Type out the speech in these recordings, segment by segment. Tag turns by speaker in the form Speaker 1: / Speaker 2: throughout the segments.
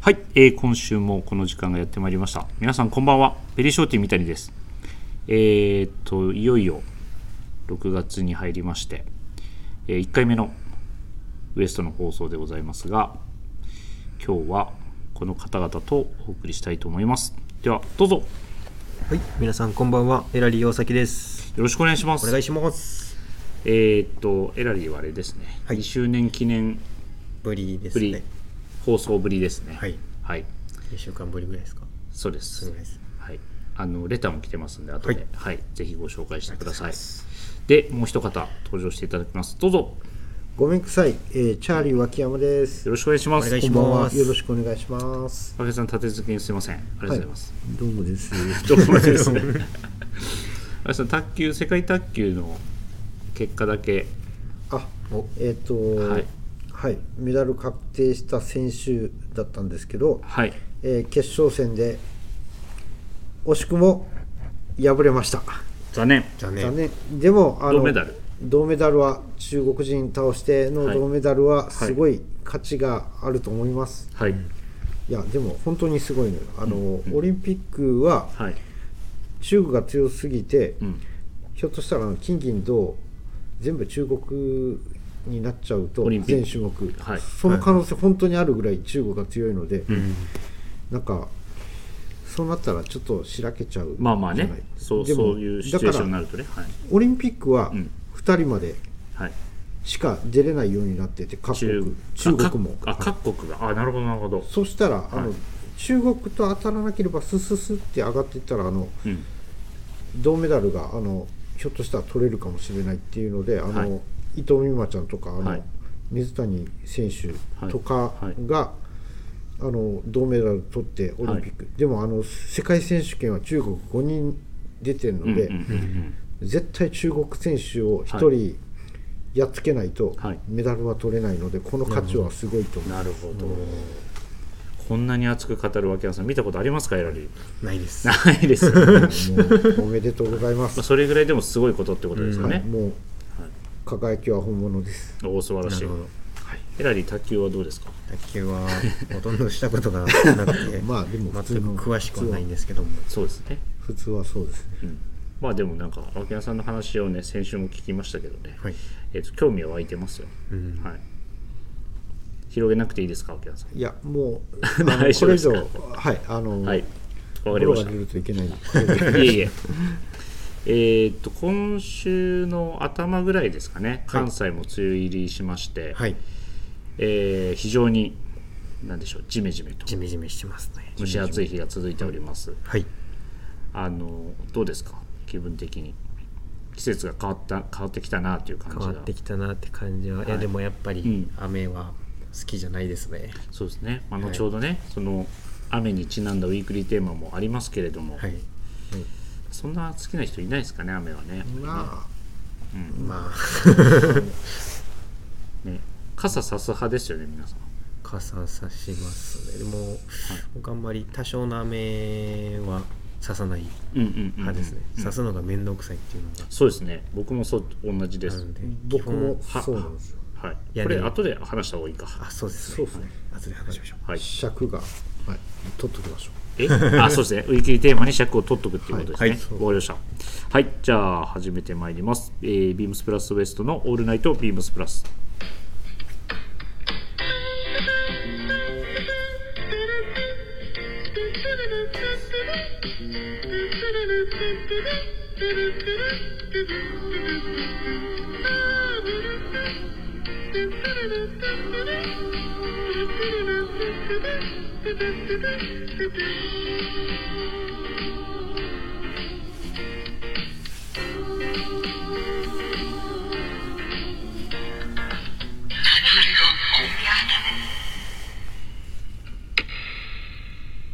Speaker 1: はい、えー今週もこの時間がやってまいりました皆さんこんばんはペリーショーティー三谷ですえー、っといよいよ6月に入りまして、え1回目のウエストの放送でございますが今日はこの方々とお送りしたいと思いますではどうぞよ
Speaker 2: はい、皆さんこんばんは、エラリー大崎です。
Speaker 1: ろしくお願いします
Speaker 2: お願いします。
Speaker 1: えー、っとエラリーはあれですね、
Speaker 2: はい
Speaker 1: 2周年記念
Speaker 2: ぶりです
Speaker 1: ぶり、
Speaker 2: ね。
Speaker 1: 放送ぶりですね
Speaker 2: はい、
Speaker 1: はい、
Speaker 2: 一週間ぶりぐらいですか。
Speaker 1: そうです
Speaker 2: そうです。
Speaker 1: はい、あのレターも来てますんで、後で、は
Speaker 2: はいい、
Speaker 1: ぜひご紹介してください。で、もう一方登場していただきます。どうぞ、
Speaker 3: ごめんくさい、えー、チャーリー脇山です。
Speaker 1: よろしくお願いします。
Speaker 2: お願い
Speaker 3: こ
Speaker 2: し
Speaker 3: ん
Speaker 2: ま
Speaker 3: ばんは、
Speaker 2: す
Speaker 3: よろしくお願いします。
Speaker 1: おかげさん、立て続けにすみません。ありがとうございます。
Speaker 3: どうもです。
Speaker 1: どうもです。 ねあれさん、卓球、世界卓球の結果だけ、
Speaker 3: あ
Speaker 2: お、
Speaker 3: えっ、と、
Speaker 1: は
Speaker 3: はいい、メダル確定した先週だったんですけど、
Speaker 1: はい、
Speaker 3: えー決勝戦で惜しくも敗れました。
Speaker 1: 残念。
Speaker 2: 残
Speaker 3: 残
Speaker 2: 念。
Speaker 3: 念。でもあ
Speaker 1: 銅メダル
Speaker 3: 銅メダルは中国人倒しての
Speaker 1: はい
Speaker 3: 銅メダルはすごい価値があると思います。
Speaker 1: はい、
Speaker 3: い、やでも本当にすごいのよ。あの、オリンピックは
Speaker 1: はい、
Speaker 3: 中国が強すぎて。
Speaker 1: うん、
Speaker 3: ひょっとしたらあの金銀銅全部中国になっちゃう
Speaker 1: オ
Speaker 3: と
Speaker 1: リンピック
Speaker 3: 全種目、
Speaker 1: はい
Speaker 3: その可能性本当にあるぐらい中国が強いので、なんかそうなったらちょっとしらけちゃう
Speaker 1: まあまあ
Speaker 3: じゃな
Speaker 1: ね
Speaker 3: い、
Speaker 1: そう、
Speaker 3: で
Speaker 1: そ
Speaker 3: も
Speaker 1: ういうシチュエーションにな
Speaker 3: だか
Speaker 1: るとね、はい、
Speaker 3: らオリンピックは
Speaker 1: うん
Speaker 3: 2人まで
Speaker 1: はい。
Speaker 3: しか出れないようになってて各国
Speaker 1: 中
Speaker 3: 中
Speaker 1: あ
Speaker 3: 国も
Speaker 1: 各あ、各国が、あ、なるほど、なるほど。
Speaker 3: そしたら、あ
Speaker 1: はい
Speaker 3: の中国と当たらなければスススって上がっていったらあの
Speaker 1: うん、
Speaker 3: 銅メダルがあのひょっとしたら取れるかもしれないっていうのであの、
Speaker 1: はい
Speaker 3: 伊藤美誠ちゃんとかあの、
Speaker 1: はい
Speaker 3: 水谷選手とか
Speaker 1: はい
Speaker 3: が、あの銅メダル取ってオリンピック、でもあの世界選手権は中国5人出てるので、
Speaker 1: うんうんうん
Speaker 3: 絶対中国選手を
Speaker 1: は
Speaker 3: 1人やっつけないと
Speaker 1: はい
Speaker 3: メダルは取れないのでこの価値はすごいと思う、
Speaker 1: なるほど。こんなに熱く語る脇山さん見たことありますかエラリ
Speaker 2: ないです。
Speaker 1: ー。ないですよね。 ま
Speaker 3: もうおめでとうございます
Speaker 1: あ、 それぐらいでもすごいことってことですよ
Speaker 3: はい、
Speaker 1: ね。
Speaker 3: もう輝きは本物です
Speaker 1: お素晴らしい
Speaker 2: なるほど。
Speaker 1: エラリー卓球はどうですか。
Speaker 2: 卓球はほとんどしたことがな くて、
Speaker 3: まあでも普通
Speaker 2: 全
Speaker 3: の
Speaker 2: く詳しくはないんですけども。
Speaker 1: そうですね。
Speaker 3: 普通はそうですね
Speaker 1: うん。まあでもなんか脇山さんの話をね先週も聞きましたけどね。
Speaker 2: はい。
Speaker 1: えっと興味は湧いてますよ。
Speaker 2: うん。
Speaker 1: はい。広げなくていいですか脇山さん。
Speaker 3: いや もうあの
Speaker 1: 大丈
Speaker 3: こ
Speaker 1: 夫で
Speaker 3: れ以
Speaker 1: す
Speaker 3: 上
Speaker 1: か
Speaker 3: はいあの、
Speaker 1: はい。わかり
Speaker 3: 心
Speaker 1: ま
Speaker 3: が
Speaker 1: した
Speaker 3: 出。るとい けない
Speaker 1: いえいえ。えーっと今週の頭ぐらいですかね、関西も梅雨入りしまして、
Speaker 2: はい。
Speaker 1: えー非常に何でしょうジメジメと
Speaker 2: ジメジメしてますね。
Speaker 1: 蒸し暑い日が続いております
Speaker 2: はい。
Speaker 1: あのどうですか気分的に季節が変わった変わってきたなという感じ
Speaker 2: 変わ
Speaker 1: が
Speaker 2: ってきたなって感じは、いやでもやっぱり
Speaker 1: う
Speaker 2: 雨は好きじゃないですね。
Speaker 1: そうですねあの、
Speaker 2: はい
Speaker 1: ちょうどねその雨にちなんだウィークリーテーマもありますけれども、
Speaker 2: はい。
Speaker 1: そんな好きな人いないですかね雨はね,、
Speaker 3: ま
Speaker 2: まあ
Speaker 1: ね傘さす派ですよね皆さん
Speaker 2: 傘さしますね。でも、僕あんまり多少の雨はささない。
Speaker 1: うんうんうんうん
Speaker 2: 派ですね、刺すのが面倒くさいっていうのが
Speaker 1: そうですね僕もそう同じで
Speaker 2: あ
Speaker 1: す、
Speaker 2: るんで
Speaker 3: あ僕も
Speaker 2: 基
Speaker 1: は
Speaker 3: そうなんですよ
Speaker 1: はい
Speaker 2: や
Speaker 1: これ
Speaker 2: でも
Speaker 1: 後で話した方がいいか
Speaker 2: 本あそうです
Speaker 3: そう
Speaker 2: ね
Speaker 3: ですね
Speaker 2: 後で話しましょう
Speaker 1: はい
Speaker 3: 尺が、はい、取っときましょ
Speaker 1: え あそうですねウィークリーテーマに尺を取っとくっていうことですね、
Speaker 2: は
Speaker 1: わ
Speaker 2: い
Speaker 1: かりましたはいじゃあ始めてまいります、えー、ビームスプラスウエストの「オールナイトビームスプラス」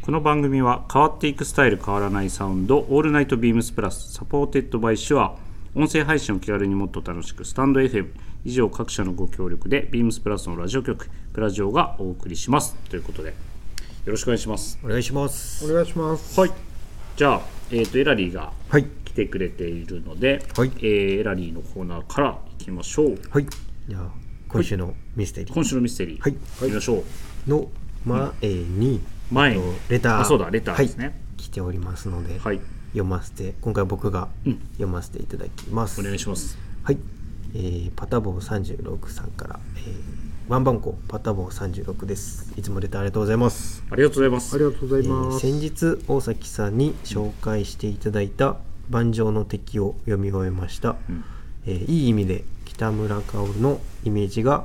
Speaker 1: この番組は変わっていくスタイル変わらないサウンド「オールナイトビームスプラス」サポーテッドバイシュア音声配信を気軽にもっと楽しくスタンド FM 以上各社のご協力でビームスプラスのラジオ局プラジオがお送りしますということでよろしくお願いします
Speaker 2: お願いしま
Speaker 3: う
Speaker 2: す
Speaker 3: お願いします
Speaker 1: はいじゃあ、えー、とエラリーが
Speaker 2: はい
Speaker 1: 来てくれているので、
Speaker 2: はい
Speaker 1: えーエラリーのコーナーからいきましょう
Speaker 2: はいじゃあ今週のミステリー
Speaker 1: 今週のミステリー、
Speaker 2: はい
Speaker 1: いきましょう
Speaker 2: の前に、
Speaker 1: 前
Speaker 2: えっ
Speaker 1: に
Speaker 2: とレター
Speaker 1: あそうだレターですね
Speaker 2: はい、来ておりますので、
Speaker 1: はい
Speaker 2: 読ませて今回僕が
Speaker 1: うん
Speaker 2: 読ませていただきます、
Speaker 1: お願いします
Speaker 2: はい、えーパタボー36さんから、えーワンバンコパタボー36ですいつもレターありがとうございます
Speaker 1: ありがとうございます
Speaker 3: ありがとうございます、
Speaker 2: えー先日大崎さんに紹介していただいた「盤上の敵」を読み終えました、
Speaker 1: うん
Speaker 2: えーいい意味で北村薫のイメージが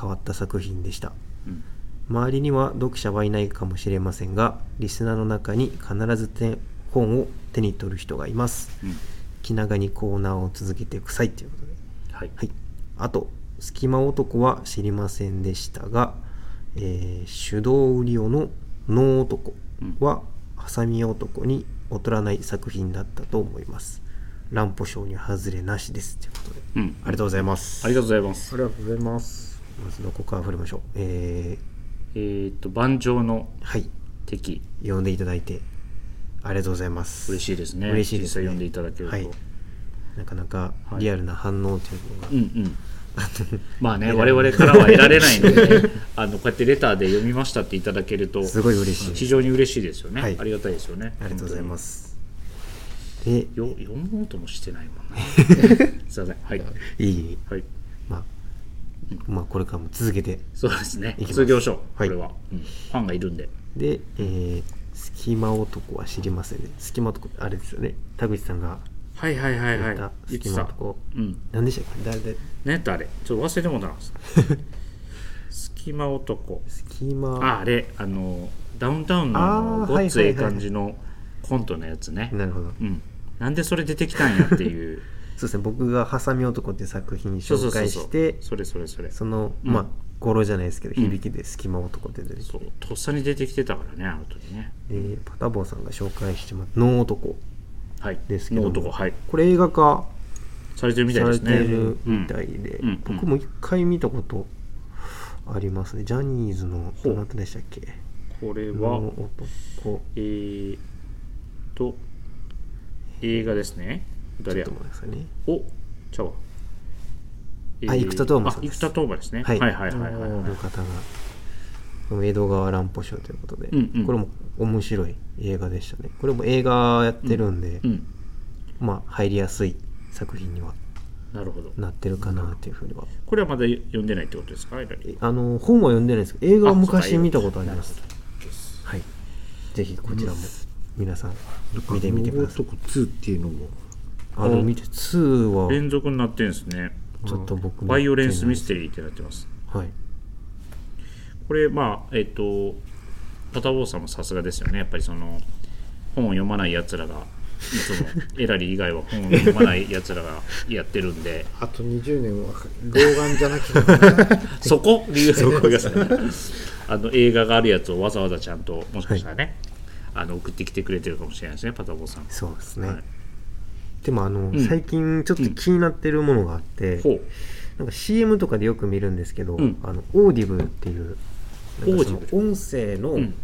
Speaker 2: 変わった作品でした
Speaker 1: うん
Speaker 2: 周りには読者はいないかもしれませんがリスナーの中に必ず手本を手に取る人がいます
Speaker 1: うん
Speaker 2: 気長にコーナーを続けてくださいということで
Speaker 1: はい
Speaker 2: はい、あと「隙間男」は知りませんでしたが、えー、手動売りオの「能男」は、ハサミ男に劣らない作品だったと思います乱歩賞に外れなしですということで
Speaker 1: うん
Speaker 2: ありがとうございます
Speaker 1: ありがとうございます
Speaker 3: ありがとうございます
Speaker 2: まずどこから振りましょうえ
Speaker 1: えーっと盤上の
Speaker 2: ー、はい
Speaker 1: 敵
Speaker 2: 読んでいただいてありがとうございます
Speaker 1: 嬉しいですね
Speaker 2: 嬉しいですね
Speaker 1: 実際読んでいただけると
Speaker 2: はい、なかなか
Speaker 1: はい
Speaker 2: リアルな反応というのが、
Speaker 1: うん うんまあね我々からは得られないの であのこうやってレターで読みましたっていただけると
Speaker 2: すごい嬉しいです
Speaker 1: 非常に嬉しいですよね、
Speaker 2: はい
Speaker 1: ありがたいですよね
Speaker 2: ありがとうございます
Speaker 1: 本当
Speaker 2: で
Speaker 1: によ読もうともしてないもん なすいませんはい
Speaker 2: いい
Speaker 1: はい
Speaker 2: まあ、まあこれからも続けて
Speaker 1: そうですね
Speaker 2: いきます
Speaker 1: 続けましょう、
Speaker 2: はい
Speaker 1: これは、うんファンがいるんで
Speaker 2: で、えー隙間男は知りませんね隙間男あれですよね田口さんが
Speaker 1: はいはいはい
Speaker 2: 言った
Speaker 1: い
Speaker 2: 隙
Speaker 1: つ
Speaker 2: 間
Speaker 1: さ
Speaker 2: 男、
Speaker 1: うん
Speaker 2: 何でしたっけ誰で
Speaker 1: ねとあれちょっと忘れてもう たな隙間男
Speaker 2: 隙間
Speaker 1: ああれあのダウンタウンのあの
Speaker 2: あー
Speaker 1: ごっつ
Speaker 2: はい
Speaker 1: ええ
Speaker 2: はいはいはい
Speaker 1: 感じのコントのやつね、
Speaker 2: なるほど
Speaker 1: うん、なんでそれ出てきたんやっていう
Speaker 2: そうですね僕が「ハサミ男」っていう作品
Speaker 1: そうそうそ
Speaker 2: 紹
Speaker 1: う
Speaker 2: 介
Speaker 1: そう
Speaker 2: してそ
Speaker 1: それそれそれそ
Speaker 2: の、
Speaker 1: うん
Speaker 2: まあ語呂じゃないですけど響きで「隙間男」って出てきて、
Speaker 1: うとっさに出てきてたからねあの時ね
Speaker 2: でパタボーさんが紹介してます「能男
Speaker 1: はい」
Speaker 2: ですけど
Speaker 1: の
Speaker 2: も
Speaker 1: 男はい
Speaker 2: これ映画化
Speaker 1: されてるみたい
Speaker 2: さ
Speaker 1: で
Speaker 2: れ
Speaker 1: す
Speaker 2: て
Speaker 1: ね
Speaker 2: るみたいで、
Speaker 1: うんうん
Speaker 2: 僕も一回見たことありますねジャニーズのどなたでしたっけ
Speaker 1: これ
Speaker 2: の
Speaker 1: は
Speaker 2: 男
Speaker 1: えー、っと映画ですね
Speaker 2: ち
Speaker 1: 誰や
Speaker 2: ょっと待ってくださいね
Speaker 1: おちゃうわえ
Speaker 2: あ生田斗真さん
Speaker 1: あ
Speaker 2: で
Speaker 1: 生
Speaker 2: す
Speaker 1: 田斗真ですね、は、
Speaker 2: はいい
Speaker 1: はいはいはいはい
Speaker 2: こ
Speaker 1: はい
Speaker 2: の方がこの江戸川乱歩賞ということで、
Speaker 1: うんうん
Speaker 2: これも面白い映画でしたねこれも映画やってるんで、
Speaker 1: うん
Speaker 2: まあ入りやすい作品には
Speaker 1: なるほど
Speaker 2: なってるかなっていうふうには、
Speaker 1: これはまだ読んでないってことですかえらり
Speaker 2: えあの本は読んでないですけど映画は
Speaker 1: あそう
Speaker 2: 昔
Speaker 1: か
Speaker 2: 見たことあります
Speaker 1: なるほどです
Speaker 2: はいぜひこちらも皆さん見てみてください
Speaker 3: 能男2っていうのも
Speaker 2: あの見て2は
Speaker 1: 連続になってるんですね
Speaker 2: ちょっと僕も
Speaker 1: バイオレンスミステリーってなってます
Speaker 2: はい
Speaker 1: これまあえっ、とパタボーさんもさすがですよねやっぱりその本を読まないやつらがいつもエラリー以外は本を読まないやつらがやってるんで
Speaker 3: あと20年は老眼じゃなく て
Speaker 1: そこ理由そこがあの映画があるやつをわざわざちゃんともしかしたらね、あの送ってきてくれてるかもしれないですねパタボーさん
Speaker 2: そうですね、
Speaker 1: はい
Speaker 2: でもあの、
Speaker 1: ん
Speaker 2: 最近ちょっと気になってるものがあって、
Speaker 1: ほう
Speaker 2: なんか CM とかでよく見るんですけど、
Speaker 1: ん
Speaker 2: あのオーディブっていうなんかその
Speaker 1: オーディ
Speaker 2: 音声
Speaker 1: う
Speaker 2: の
Speaker 1: ん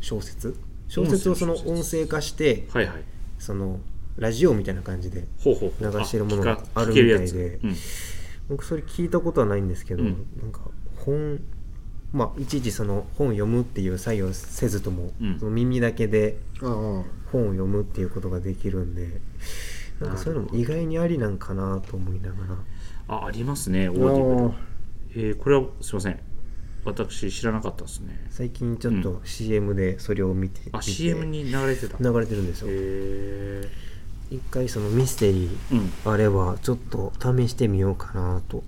Speaker 2: 小説、小説をその
Speaker 1: 音声の小
Speaker 2: 音声化して
Speaker 1: はいはい
Speaker 2: そのラジオみたいな感じで
Speaker 1: ほうほうほう
Speaker 2: 流してるものが
Speaker 1: 聞か
Speaker 2: ある
Speaker 1: 聞けや
Speaker 2: み
Speaker 1: つ
Speaker 2: たいで
Speaker 1: うん
Speaker 2: 僕それ聞いたことはないんですけど、
Speaker 1: うん
Speaker 2: なんか本まあいちいちその本を読むっていう作業せずとも、
Speaker 1: うん
Speaker 2: その耳だけで
Speaker 3: ああ
Speaker 2: 本を読むっていうことができるんでなんかそういうのも意外にありなんかなと思いながら
Speaker 1: あありますねオーデ
Speaker 3: あ
Speaker 1: ィブル
Speaker 3: あ
Speaker 1: えーこれはすいません私知らなかったですね
Speaker 2: 最近ちょっと CM でそれを見て,、
Speaker 1: あ
Speaker 2: 見て
Speaker 1: CM に流れてたへ
Speaker 2: 流れてるんですよ
Speaker 1: え
Speaker 2: 一回そのミステリ
Speaker 1: うん
Speaker 2: ーあれはちょっと試してみようかなと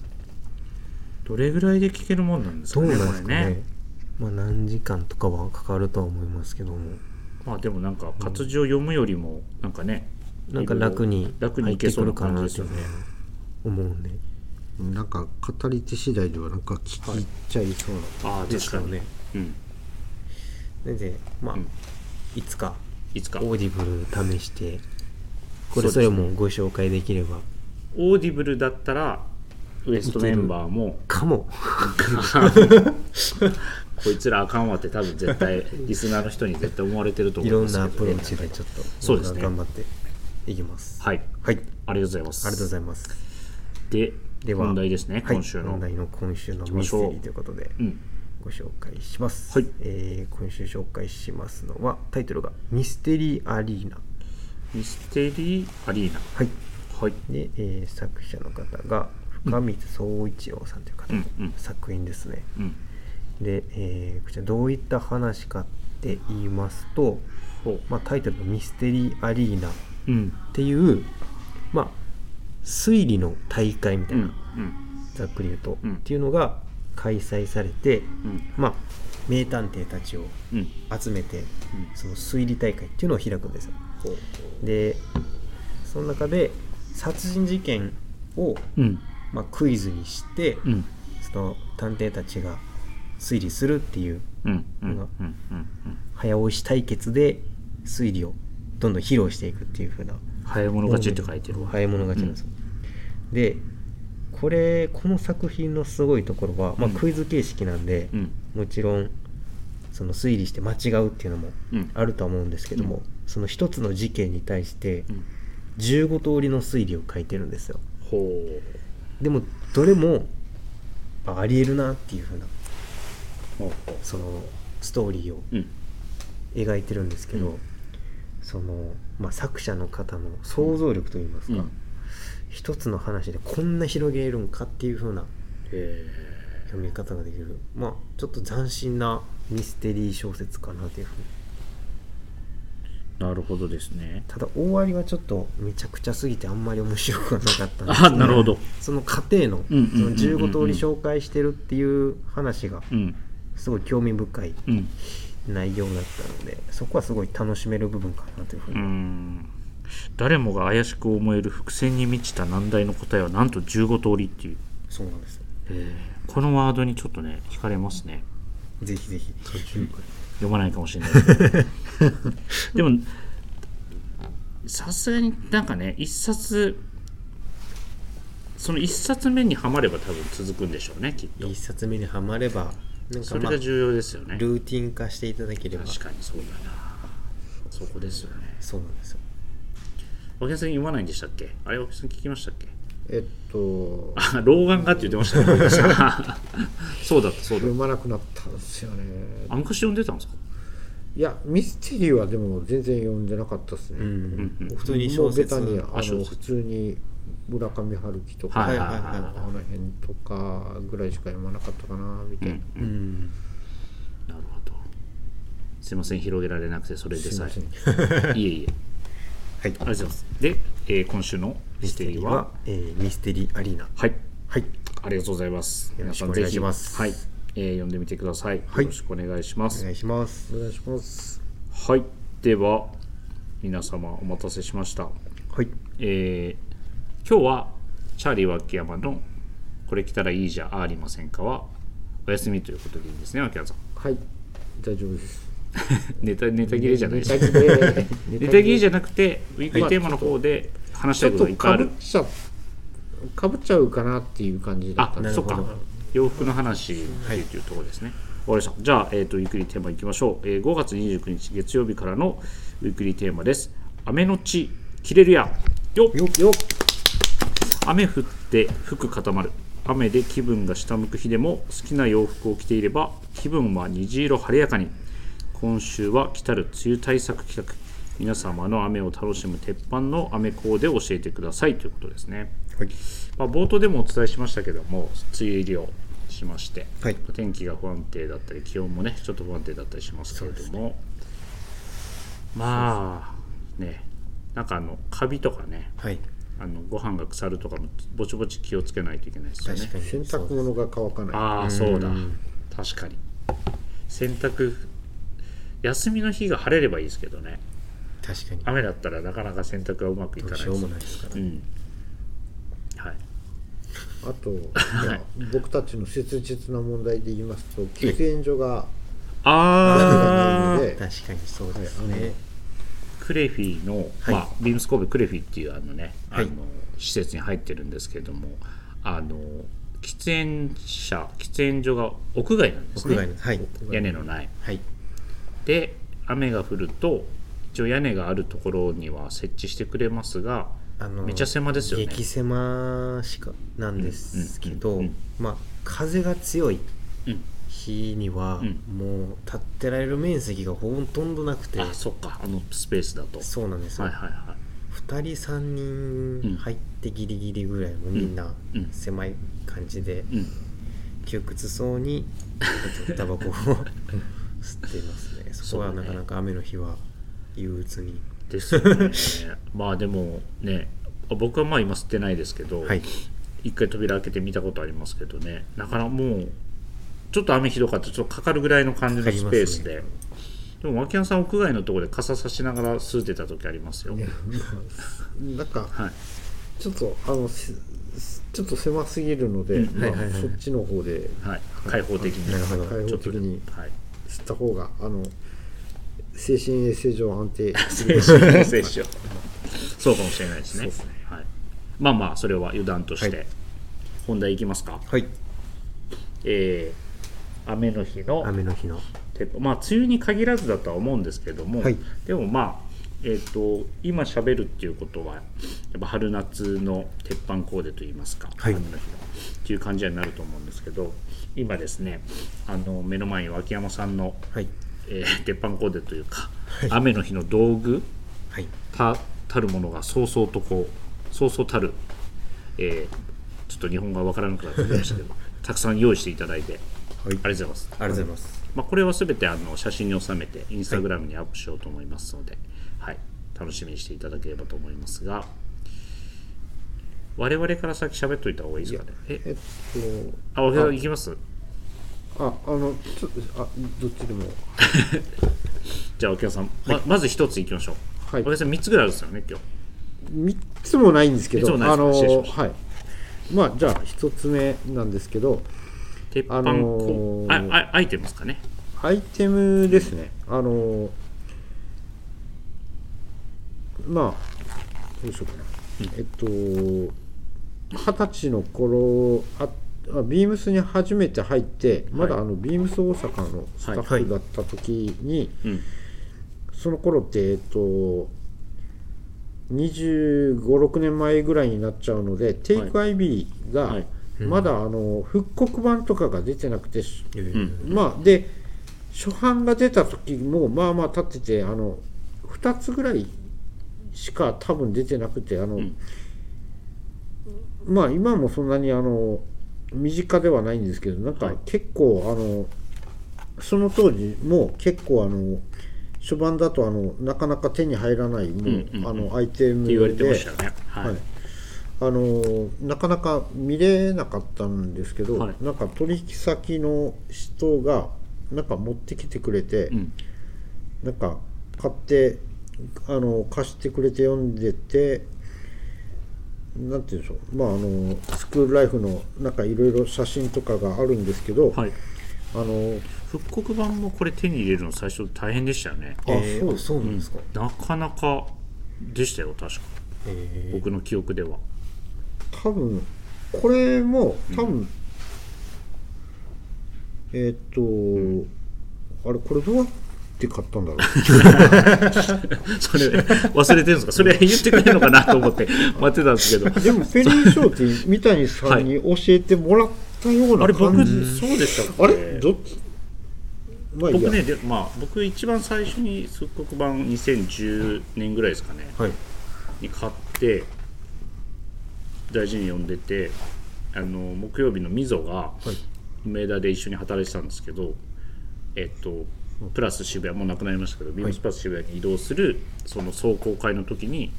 Speaker 1: どれぐらいで聞けるもんなんですか
Speaker 2: どう
Speaker 1: ね
Speaker 2: なんで
Speaker 1: これ
Speaker 2: すかね
Speaker 1: ね
Speaker 2: まあ何時間とかはかかるとは思いますけども
Speaker 1: まあでもなんか活字を読むよりもなんかね
Speaker 2: なんか楽に
Speaker 1: 楽に
Speaker 2: 入
Speaker 1: い
Speaker 2: っ
Speaker 1: け
Speaker 2: て
Speaker 1: そ
Speaker 2: く
Speaker 1: うな
Speaker 2: るか
Speaker 1: 感じ
Speaker 2: な
Speaker 1: で
Speaker 2: っ
Speaker 1: す
Speaker 2: てい
Speaker 1: よ
Speaker 2: う
Speaker 1: ね
Speaker 2: のは思うんで
Speaker 3: なんか語り手次第ではなんか聞き入っちゃいそうな、
Speaker 1: ああ確かに
Speaker 2: ですよね
Speaker 1: うん
Speaker 2: なのでまあ、
Speaker 1: うん
Speaker 2: いつか
Speaker 1: いつか
Speaker 2: オ
Speaker 1: オ
Speaker 2: ーディブル試して
Speaker 1: そ
Speaker 2: こ
Speaker 1: うで
Speaker 2: れ
Speaker 1: す
Speaker 2: それもご紹介できれば
Speaker 1: ーディブルだったらウエストメンバーも
Speaker 2: かも
Speaker 1: こいつらあかんわって多分絶 対リスナーの人に絶対思われてると
Speaker 2: い
Speaker 1: 思
Speaker 2: ろ
Speaker 1: うん
Speaker 2: ん
Speaker 1: ですけ
Speaker 2: な
Speaker 1: ど
Speaker 2: アプローチでちょっと
Speaker 1: そうですね
Speaker 2: 頑張っていきます
Speaker 1: はい
Speaker 2: はい、あり
Speaker 1: ありがとうございます
Speaker 2: がとうございます
Speaker 1: で
Speaker 2: では
Speaker 1: 本題ですね
Speaker 2: はい
Speaker 1: 今週の
Speaker 2: 本題の今週のミステリーということで、
Speaker 1: うん
Speaker 2: えご紹介します、
Speaker 1: はい
Speaker 2: えー今週紹介しますのはタイトルが「ミステリーアリーナ
Speaker 1: ミステリーアリーナ」
Speaker 2: はい
Speaker 1: はい
Speaker 2: で、えー作者の方が深水総一郎さんという方の
Speaker 1: うんうん
Speaker 2: 作品ですね、
Speaker 1: うん
Speaker 2: で、えーこちらどういった話かって言いますと、
Speaker 1: ほう
Speaker 2: まあ、タイトルの「ミステリーアリーナ」っ
Speaker 1: うん
Speaker 2: ていう、まあ、推理の大会みた
Speaker 1: う
Speaker 2: い
Speaker 1: ん
Speaker 2: な、
Speaker 1: うん
Speaker 2: ざっくり言うと、
Speaker 1: うん
Speaker 2: っていうのが開催されて、
Speaker 1: うん
Speaker 2: まあ、名探偵たちを
Speaker 1: うん
Speaker 2: 集めて、その推理大会っていうのを開くんですよでその中で殺人事件を、
Speaker 1: うん
Speaker 2: まあ、クイズにして、
Speaker 1: うん
Speaker 2: その探偵たちが推理するっていう
Speaker 1: うんうんうんうんうん
Speaker 2: 早押し対決で推理をどんどん披露していくっていう風な
Speaker 1: 早い者勝ちって書いてるわ
Speaker 2: 早い者勝ちなんですよ、でこれこの作品のすごいところは、まあ、
Speaker 1: うん
Speaker 2: クイズ形式なんで、
Speaker 1: うん
Speaker 2: もちろんその推理して間違うっていうのも
Speaker 1: うん
Speaker 2: あるとは思うんですけども、
Speaker 1: うん
Speaker 2: その一つの事件に対して
Speaker 1: うん
Speaker 2: 15通りの推理を書いてるんですよ
Speaker 1: ほ
Speaker 2: でもどれもあありえるなっていう風な
Speaker 1: うほうほ
Speaker 2: そのストーリーを
Speaker 1: ううん
Speaker 2: 描いてるんですけど、
Speaker 1: うん
Speaker 2: その、まあ、作者の方の想像力といいますか、
Speaker 1: うん
Speaker 2: 一つの話でこんな広げるんかっていう風な
Speaker 1: へえ
Speaker 2: 読み方ができるまあちょっと斬新なミステリー小説かなというふうに
Speaker 1: なるほどですね
Speaker 2: ただ終わりはちょっとめちゃくちゃすぎてあんまり面白くはなかったんですけ
Speaker 1: あなるほど
Speaker 2: その過程のそ
Speaker 1: うんうん
Speaker 2: の
Speaker 1: うんうんうん
Speaker 2: 15通り紹介してるっていう話が
Speaker 1: うん
Speaker 2: すごい興味深い
Speaker 1: うん
Speaker 2: 内容だったのでそこはすごい楽しめる部分かなというふう
Speaker 1: うー
Speaker 2: に
Speaker 1: ん誰もが怪しく思える伏線に満ちた難題の答えはなんと15通りっていう
Speaker 2: そうなんですよ
Speaker 1: このワードにちょっとね惹かれますね
Speaker 2: ぜひぜひ
Speaker 1: 読まないかもしれ ないですけどでもさすがになんかね一冊その一冊目にはまれば多分続くんでしょうねきっと
Speaker 2: 一冊目にはまればなん
Speaker 1: そ
Speaker 2: か
Speaker 1: れ
Speaker 2: まあ
Speaker 1: が重要ですよね
Speaker 2: ルーティン化していただければ
Speaker 1: 確かにそうだなそこですよね
Speaker 2: そうなんですよ
Speaker 1: お客さんに言わないんでしたっけあれお客さん聞きましたっけ
Speaker 3: えっと
Speaker 1: あ 老眼がって言ってましたね。 そうだった、そうだっ
Speaker 3: 読まなくなったんですよね
Speaker 1: た。あ、昔読んでたんですか。
Speaker 3: いやミステリーはでも全然読んでなかったですね、
Speaker 2: うん
Speaker 1: うん
Speaker 2: 普通に
Speaker 3: も
Speaker 2: 小
Speaker 3: うベ
Speaker 2: 説
Speaker 3: タにあの
Speaker 1: あ小説
Speaker 3: 普通に村上春樹とか、
Speaker 1: はい
Speaker 2: はいはい
Speaker 3: あの辺とかぐらいしか読まなかったかなみたいな、
Speaker 2: うん
Speaker 1: なるほど。すいません、広げられなくて、それです
Speaker 3: い
Speaker 1: さ
Speaker 3: ません
Speaker 1: え。いえいえ、
Speaker 2: はい
Speaker 1: ありがとうございます。で、えー今週のミ
Speaker 2: ミ
Speaker 1: ス
Speaker 2: ステ
Speaker 1: テリー
Speaker 2: リー
Speaker 1: は
Speaker 2: は。、えーミステリーアリーナ
Speaker 1: はい、
Speaker 2: はい
Speaker 1: ありがとうございます。
Speaker 2: よろしく
Speaker 1: 皆さんぜひ
Speaker 2: お願いします
Speaker 1: はい、えー読んでみてください。よ
Speaker 2: はい
Speaker 1: ろしくお願いしま
Speaker 2: お
Speaker 1: す。
Speaker 2: 願いします
Speaker 3: お願いします
Speaker 1: はい、では、皆様お待たせしました。
Speaker 2: はい
Speaker 1: えー今日はチャーリー脇山の「これ来たらいいじゃありませんか」はお休みということでいいですね脇山さん
Speaker 3: はい大丈夫です
Speaker 1: ネタネタ切れじゃないし
Speaker 3: ネタ切れ
Speaker 1: ネタ切れじゃなくてウィークリーテーマの方で話し
Speaker 3: ち
Speaker 1: た
Speaker 3: ょ
Speaker 1: い
Speaker 3: っ
Speaker 1: ことがいっぱいあ
Speaker 3: とかぶっ
Speaker 1: る
Speaker 3: ちゃかぶっちゃうかなっていう感じだっ
Speaker 1: あ
Speaker 3: たんで
Speaker 2: な
Speaker 1: そ
Speaker 2: る
Speaker 1: っ
Speaker 2: ほ
Speaker 1: か
Speaker 2: ど
Speaker 1: 洋服の話っていうところですね、わかりましたじゃあ、えー、とウィークリーテーマいきましょう、えー5月29日月曜日からのウィークリーテーマです「雨のち切れるや」よっ
Speaker 2: よ
Speaker 3: よっ
Speaker 1: 雨降って服固まる雨で気分が下向く日でも好きな洋服を着ていれば気分は虹色晴れやかに今週は来たる梅雨対策企画皆様の雨を楽しむ鉄板の雨コーデを教えてくださいということですね、
Speaker 2: はい
Speaker 1: まあ、冒頭でもお伝えしましたけども梅雨入りをしまして、
Speaker 2: はい
Speaker 1: 天気が不安定だったり気温もねちょっと不安定だったりしますけれども、まあねなんかあのカビとかね
Speaker 2: はい
Speaker 1: あのご飯が腐るとかもぼちぼち気をつけないといけないですよね
Speaker 2: 確かに
Speaker 3: 洗濯物が乾かない
Speaker 1: ああそうだ確かに洗濯休みの日が晴れればいいですけどね
Speaker 2: 確かに
Speaker 1: 雨だったらなかなか洗濯がうまくいかな
Speaker 2: どう
Speaker 1: い
Speaker 2: しようもないですから、
Speaker 1: うんはい
Speaker 3: あと、いや僕たちの切実な問題で言いますと喫煙所が
Speaker 1: ああ
Speaker 3: ないの で
Speaker 2: 確かにそうですね、
Speaker 1: クレフィの、
Speaker 2: はい
Speaker 1: まあ、ビームス神戸クレフィっていうあのね、
Speaker 2: はい
Speaker 1: あの施設に入ってるんですけれどもあの喫煙者喫煙所が屋外なんです
Speaker 2: 屋外
Speaker 1: ね
Speaker 2: のはい
Speaker 1: 屋根のない
Speaker 2: はい
Speaker 1: で雨が降ると一応屋根があるところには設置してくれますが
Speaker 2: あの
Speaker 1: めちゃ狭ですよね
Speaker 2: 激狭しかなんですけど、
Speaker 1: うんうんうんうん
Speaker 2: まあ風が強い
Speaker 1: うん
Speaker 2: 日には、
Speaker 1: うん
Speaker 2: もう立ってられる面積がほとんどなくて
Speaker 1: あそっかあのスペースだと
Speaker 2: そうなんですよ、
Speaker 1: はいはいは
Speaker 2: 2人3
Speaker 1: うん
Speaker 2: 人入ってギリギリぐらいもうみんな
Speaker 1: うん
Speaker 2: 狭い感じで
Speaker 1: い、うん、
Speaker 2: 窮屈そう にタバコを 吸ってますねそこは
Speaker 1: そうだ
Speaker 2: な
Speaker 1: ね
Speaker 2: かなか雨の日は憂鬱に
Speaker 1: ですよね まあでもね僕はまあ今吸ってないですけど、
Speaker 2: はい
Speaker 1: 一回扉開けて見たことありますけどねなかなかもうちょっと雨ひどかったらちょっとかかるぐらいの感じのスペースで、でも脇山さん屋外のところで傘さしながら吸ってた時ありますよ、
Speaker 3: なんか
Speaker 1: はい、
Speaker 3: ちょっとあのししちょっと狭すぎるので、
Speaker 1: うん
Speaker 3: まあ
Speaker 2: はいはいはい
Speaker 3: そっちの方で
Speaker 1: はい、開放的に
Speaker 2: なるほど
Speaker 3: 開
Speaker 1: ちょ
Speaker 3: 放
Speaker 1: っと
Speaker 3: 的に
Speaker 1: はい
Speaker 3: 吸った方があの精神衛生上安定
Speaker 1: 精神接種そうかもしれないですね
Speaker 3: そうです
Speaker 1: はい、まあまあそれは油断として、
Speaker 2: はい
Speaker 1: 本題いきますか
Speaker 2: はい
Speaker 1: えー雨の日の
Speaker 2: 雨の日の
Speaker 1: てまあ、梅雨に限らずだとは思うんですけども、
Speaker 2: はい
Speaker 1: でもまあ、えー、と今しゃべるっていうことはやっぱ春夏の鉄板コーデといいますか、
Speaker 2: はい
Speaker 1: 雨の日のっていう感じになると思うんですけど今ですねあの目の前に脇山さんの、
Speaker 2: はい
Speaker 1: えー鉄板コーデというか、雨の日の道具
Speaker 2: はい
Speaker 1: たたるものがそうそうとこうそうそうたる、えーちょっと日本語がわからなくなってきましたけ どたくさん用意していただいてありがとうございます。
Speaker 2: ありがとうございます
Speaker 1: まあ、これはすべてあの写真に収めてインスタグラムにアップしようと思いますので、はい楽しみにしていただければと思いますが我々から先喋っといた方がいいですかねえ
Speaker 3: えっ
Speaker 1: あお部屋行きます
Speaker 3: とああのちょあどっちでも
Speaker 1: じゃあお客さんま,、まず一つ行きましょう、
Speaker 3: はい
Speaker 1: お客さん3つぐらいあるんですよね今日
Speaker 3: 3つもないんですけ
Speaker 1: 三つも
Speaker 3: ど
Speaker 1: ないです
Speaker 3: あの
Speaker 1: 失礼しまし
Speaker 3: はいまあじゃあ1つ目なんですけど
Speaker 1: 鉄板こ、
Speaker 3: あのー
Speaker 1: ああアイテムですかね
Speaker 3: アイテムですねあのまあどうしようかな、えっと二十歳の頃ああビームスに初めて入ってまだあ
Speaker 1: はい
Speaker 3: のビームス大阪のスタ
Speaker 2: は
Speaker 3: ッ
Speaker 2: い
Speaker 3: フだった時に、
Speaker 1: うん
Speaker 3: その頃ってえっと2 5 6年前ぐらいになっちゃうので、テイクアイビーが、
Speaker 1: はい
Speaker 3: まだあの復刻版とかが出てなくて、
Speaker 2: えー
Speaker 1: うん
Speaker 3: まあで初版が出た時もまあまあ立っててあの2つぐらいしか多分出てなくてあの、
Speaker 1: ん
Speaker 3: まあ今もそんなにあの身近ではないんですけどな
Speaker 1: は
Speaker 3: んか
Speaker 1: い
Speaker 3: 結構あのその当時も結構あの初版だとあのなかなか手に入らないも
Speaker 1: う
Speaker 3: う、
Speaker 1: んうんうん
Speaker 3: あのアイテム
Speaker 1: っ
Speaker 3: で
Speaker 1: て言われてましたよねはい、
Speaker 3: はい、あのなかなか見れなかったんですけど、
Speaker 1: はい
Speaker 3: なんか取引先の人がなんか持ってきてくれて、
Speaker 1: うん
Speaker 3: なんか買ってあの貸してくれて読んでてなんて言うんでしょうまああのスクールライフのなんかいろいろ写真とかがあるんですけど、
Speaker 1: はい、
Speaker 3: あの
Speaker 1: 復刻版もこれ手に入れるの最初大変でしたよね
Speaker 3: あ
Speaker 2: えー
Speaker 3: そう
Speaker 2: あそうなんですか、
Speaker 1: なかなかでしたよ確か
Speaker 2: え
Speaker 1: 僕の記憶では
Speaker 3: 多分これも多分、えーっと、あれこれどうやって買ったんだろう
Speaker 1: それ忘れてるんですかそれ言ってくれるのかなと思って待ってたんですけ ど
Speaker 3: でもペリーショーティー三谷さんに教えてもらったよう
Speaker 1: あ
Speaker 3: な
Speaker 1: れ僕
Speaker 3: 感じ、
Speaker 1: そうでしたっけ
Speaker 3: あれどっちまあいいや
Speaker 1: 僕ねで、まあ、僕一番最初に復刻版2010年ぐらいですかね
Speaker 2: ーはい
Speaker 1: に買って大事に読んでてあの木曜日のみぞが梅田で一緒に働いてたんですけどえっとプラス渋谷もうなくなりましたけどビームスプラス渋谷に移動するその壮行会の時に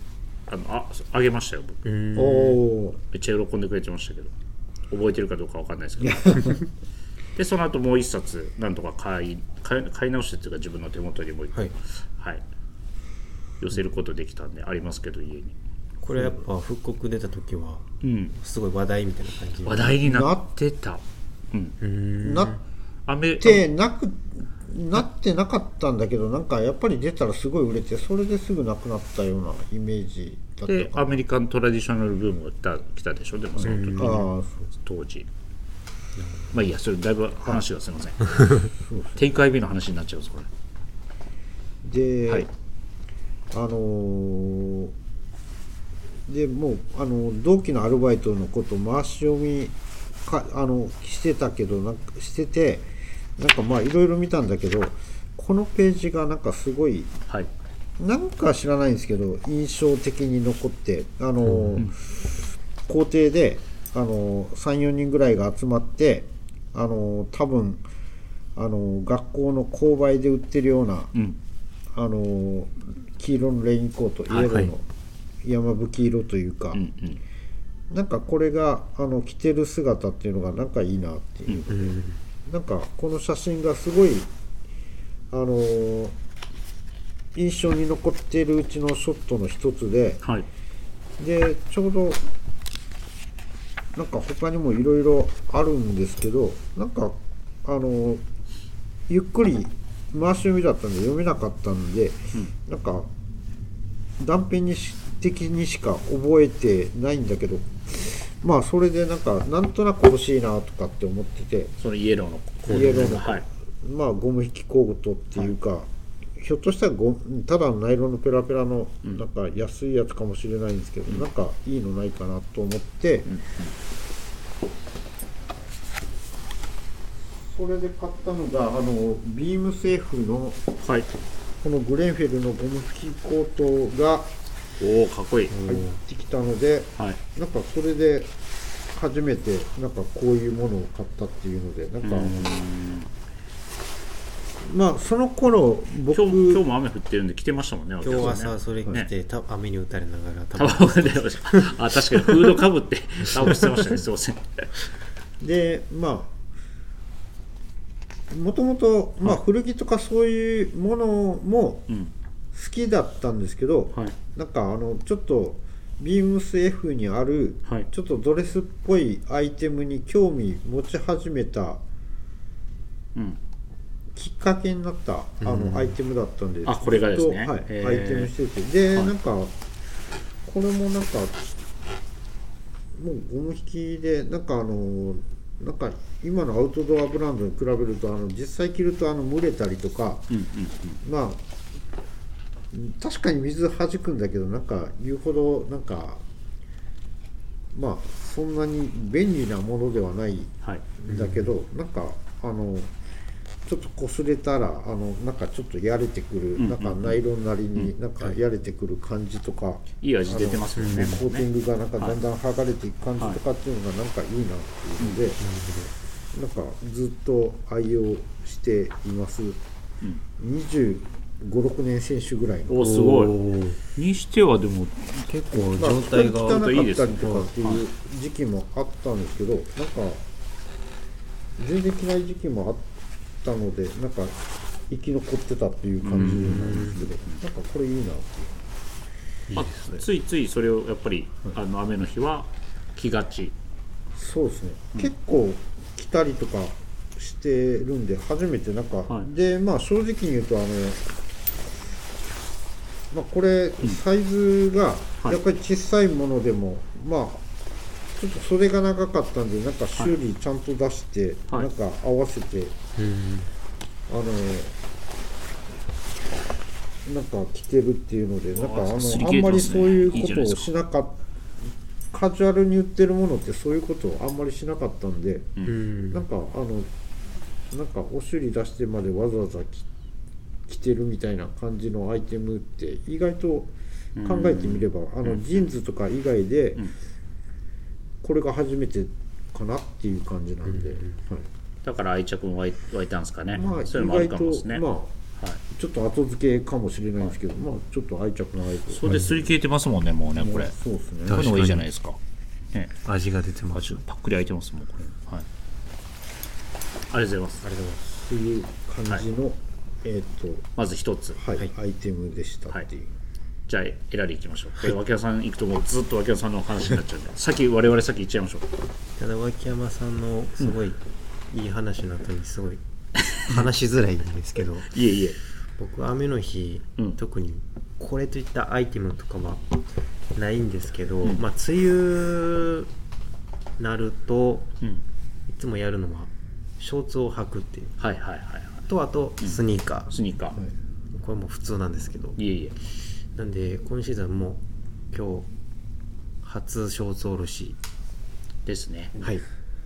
Speaker 1: あのああげましたよ僕
Speaker 2: うーん
Speaker 3: おー
Speaker 1: めっちゃ喜んでくれてましたけど覚えてるかどうかわかんないですけど でその後もう一冊なんとか買い買い買い直してっていうか自分の手元にもう一個
Speaker 2: はい
Speaker 1: はい、寄せることできたんでありますけど家に
Speaker 2: これやっぱ復刻出た時は
Speaker 1: うん
Speaker 2: すごい話題みたいな感じ
Speaker 1: 話題になってたうん
Speaker 3: なっ
Speaker 1: 雨
Speaker 3: てなくなってなかったんだけどなんかやっぱり出たらすごい売れてそれですぐなくなったようなイメージだった
Speaker 1: で
Speaker 3: かな
Speaker 1: アメリカントラディショナルブームが来た来たでしょでもその時
Speaker 3: ああー
Speaker 1: 当時まあいいやそれだいぶ話がすいませんテイクアイビーの話になっちゃうんですこれ
Speaker 3: そうで、
Speaker 1: はい
Speaker 3: あのーでもうあの同期のアルバイトのこと回し読みかあのしてたけどなんかしててなんかまあいろいろ見たんだけどこのページがなんかすごい
Speaker 1: はい
Speaker 3: なんか知らないんですけど印象的に残ってあの、校庭であの34人ぐらいが集まってあの多分あの学校の購買で売ってるような
Speaker 1: うん
Speaker 3: あの黄色のレインコートイエローの山吹色というか、
Speaker 1: うんうん
Speaker 3: なんかこれがあの着てる姿っていうのがなんかいいなっていう、
Speaker 2: うん
Speaker 3: なんかこの写真がすごいあのー印象に残っているうちのショットの一つで
Speaker 1: はい
Speaker 3: でちょうどなんか他にもいろいろあるんですけどなんかあのーゆっくり回し読みだったんで読めなかったんで、なんか断片にし的にしか覚えてないんだけどまあそれでなんかなんとなく欲しいなとかって思ってて。
Speaker 1: そのイエローのコー
Speaker 3: イエロ
Speaker 1: デ
Speaker 3: ーの
Speaker 1: はい
Speaker 3: まあゴム引きコートっていうか、ひょっとしたらゴただのナイロンのペラペラのなんか安いやつかもしれないんですけど、なんかいいのないかなと思って、それで買ったのがあのビームセーフの
Speaker 1: はい
Speaker 3: このグレンフェルのゴム引きコートが
Speaker 1: おおかっこいい
Speaker 3: 入ってきたので、
Speaker 1: はい
Speaker 3: なんかそれで初めてなんかこういうものを買ったっていうのでなんか、まあその頃僕
Speaker 1: 今日今日も雨降ってるんで着てましたもんね
Speaker 2: 今日は
Speaker 1: 私ね
Speaker 2: さそれ着
Speaker 1: ね
Speaker 2: て、た雨に打たれながら
Speaker 1: タバコが出てましたあ確かにフードかぶってタバコしてましたねすいません
Speaker 3: でまあもともとまあ古着とかそういうものも
Speaker 1: うん
Speaker 3: 好きだったんですけど、
Speaker 1: はい
Speaker 3: なんかあのちょっとビームス F にある
Speaker 1: はい
Speaker 3: ちょっとドレスっぽいアイテムに興味持ち始めた
Speaker 1: うん
Speaker 3: きっかけになったあ
Speaker 2: うん
Speaker 3: のアイテムだったんで、
Speaker 1: あこれがですね
Speaker 3: ずっとはい
Speaker 1: へー
Speaker 3: アイテムしててで、
Speaker 1: はい
Speaker 3: なんかこれもなんかもうゴム引きでなんかあのなんか今のアウトドアブランドに比べるとあの実際着るとあの蒸れたりとか
Speaker 1: うんうん
Speaker 3: まあ確かに水弾くんだけどなんか言うほどなんかまあそんなに便利なものではない
Speaker 1: はい
Speaker 3: だけど、なんかあのちょっと擦れたらあのなんかちょっとやれてくる、
Speaker 1: ん
Speaker 3: なんかナイロンなりになんかやれてくる感じとか、
Speaker 1: いい味出てますもんね
Speaker 3: あのコーティングがなんか
Speaker 1: はい
Speaker 3: だんだん剥がれていく感じとかっていうのがなんかいいなっていうので、なんかずっと愛用しています、25、6年選手ぐらいの
Speaker 1: おすごいにしてはでも
Speaker 2: 結構
Speaker 3: まあ
Speaker 2: 状態が、
Speaker 3: 汚
Speaker 1: 本当いいです
Speaker 3: かったり
Speaker 1: ね
Speaker 3: とかっていう時期もあったんですけど、なんか全然着ない時期もあったのでなんか生き残ってたっていう感じなんですけど、なんかこれいいなっていう
Speaker 1: あついついそれをやっぱりあの雨の日は着がち
Speaker 3: そうですね、結構着たりとかしてるんで初めてなんか、
Speaker 1: はい
Speaker 3: でまあ正直に言うとあのまあこれサイズが
Speaker 1: はい
Speaker 3: やっぱり小さいものでも、まあちょっとそれが長かったんでなんか修理ちゃんと出して、
Speaker 1: はい
Speaker 3: なんか合わせて
Speaker 2: うん
Speaker 3: あのなんか着てるっていうのでなんかあ
Speaker 1: あ擦り
Speaker 3: の
Speaker 1: 切れ
Speaker 3: あん
Speaker 1: て
Speaker 3: ま
Speaker 1: ま
Speaker 3: り
Speaker 1: す
Speaker 3: そ
Speaker 1: ね
Speaker 3: ういう
Speaker 1: いいじゃない
Speaker 3: こ
Speaker 1: で
Speaker 3: と
Speaker 1: す
Speaker 3: を
Speaker 1: か
Speaker 3: しなかったカジュアルに売ってるものってそういうことをあんまりしなかったんで、
Speaker 2: うん
Speaker 3: なんかあのなんかお修理出してまでわざわざ着着てるみたいな感じのアイテムって意外と考えてみれば、あのジーンズとか以外で、
Speaker 1: ん
Speaker 3: これが初めてかなっていう感じなんで、はい
Speaker 1: だから愛着も湧い湧いたんですかね、
Speaker 3: まあ、意
Speaker 1: そういうのもある
Speaker 3: 外
Speaker 1: かもです
Speaker 3: と、
Speaker 1: ね、
Speaker 3: まあ
Speaker 1: はい、
Speaker 3: ちょっと後付けかもしれないんですけど、まあちょっと愛着のある
Speaker 1: それですり切れてますもんねもうねこれこ
Speaker 3: そうですね
Speaker 1: ういうのがいいじゃないですかね
Speaker 2: 味が出てま
Speaker 1: あ
Speaker 2: す
Speaker 1: ちょっとパックリ開いてますもんこれはいありがとうございます
Speaker 2: ありがとうございます
Speaker 3: っていう感じの、えっ、
Speaker 1: まず一つ
Speaker 3: とはい、アイテムでしたっていう、
Speaker 1: じゃあエラリーいきましょうこれ脇屋さん行くともうずっと脇屋さんの話になっ ちゃうんで先我々先行っちゃいましょう
Speaker 2: ただ脇山さんのすごいいい話の後にすごい話しづらいんです けど
Speaker 1: いえいえ
Speaker 2: 僕は雨の日、
Speaker 1: うん
Speaker 2: 特にこれといったアイテムとかはないんですけど、まあ梅雨なると
Speaker 1: うん
Speaker 2: いつもやるのはショーツを履くっていう
Speaker 1: はいはいはいはい
Speaker 2: とあとスニーカー、
Speaker 1: スニーカー、
Speaker 3: はい
Speaker 2: これも普通なんですけど
Speaker 1: い、えいえ
Speaker 2: なんで今シーズンも今日初ショーツおろし
Speaker 1: ですね
Speaker 2: はい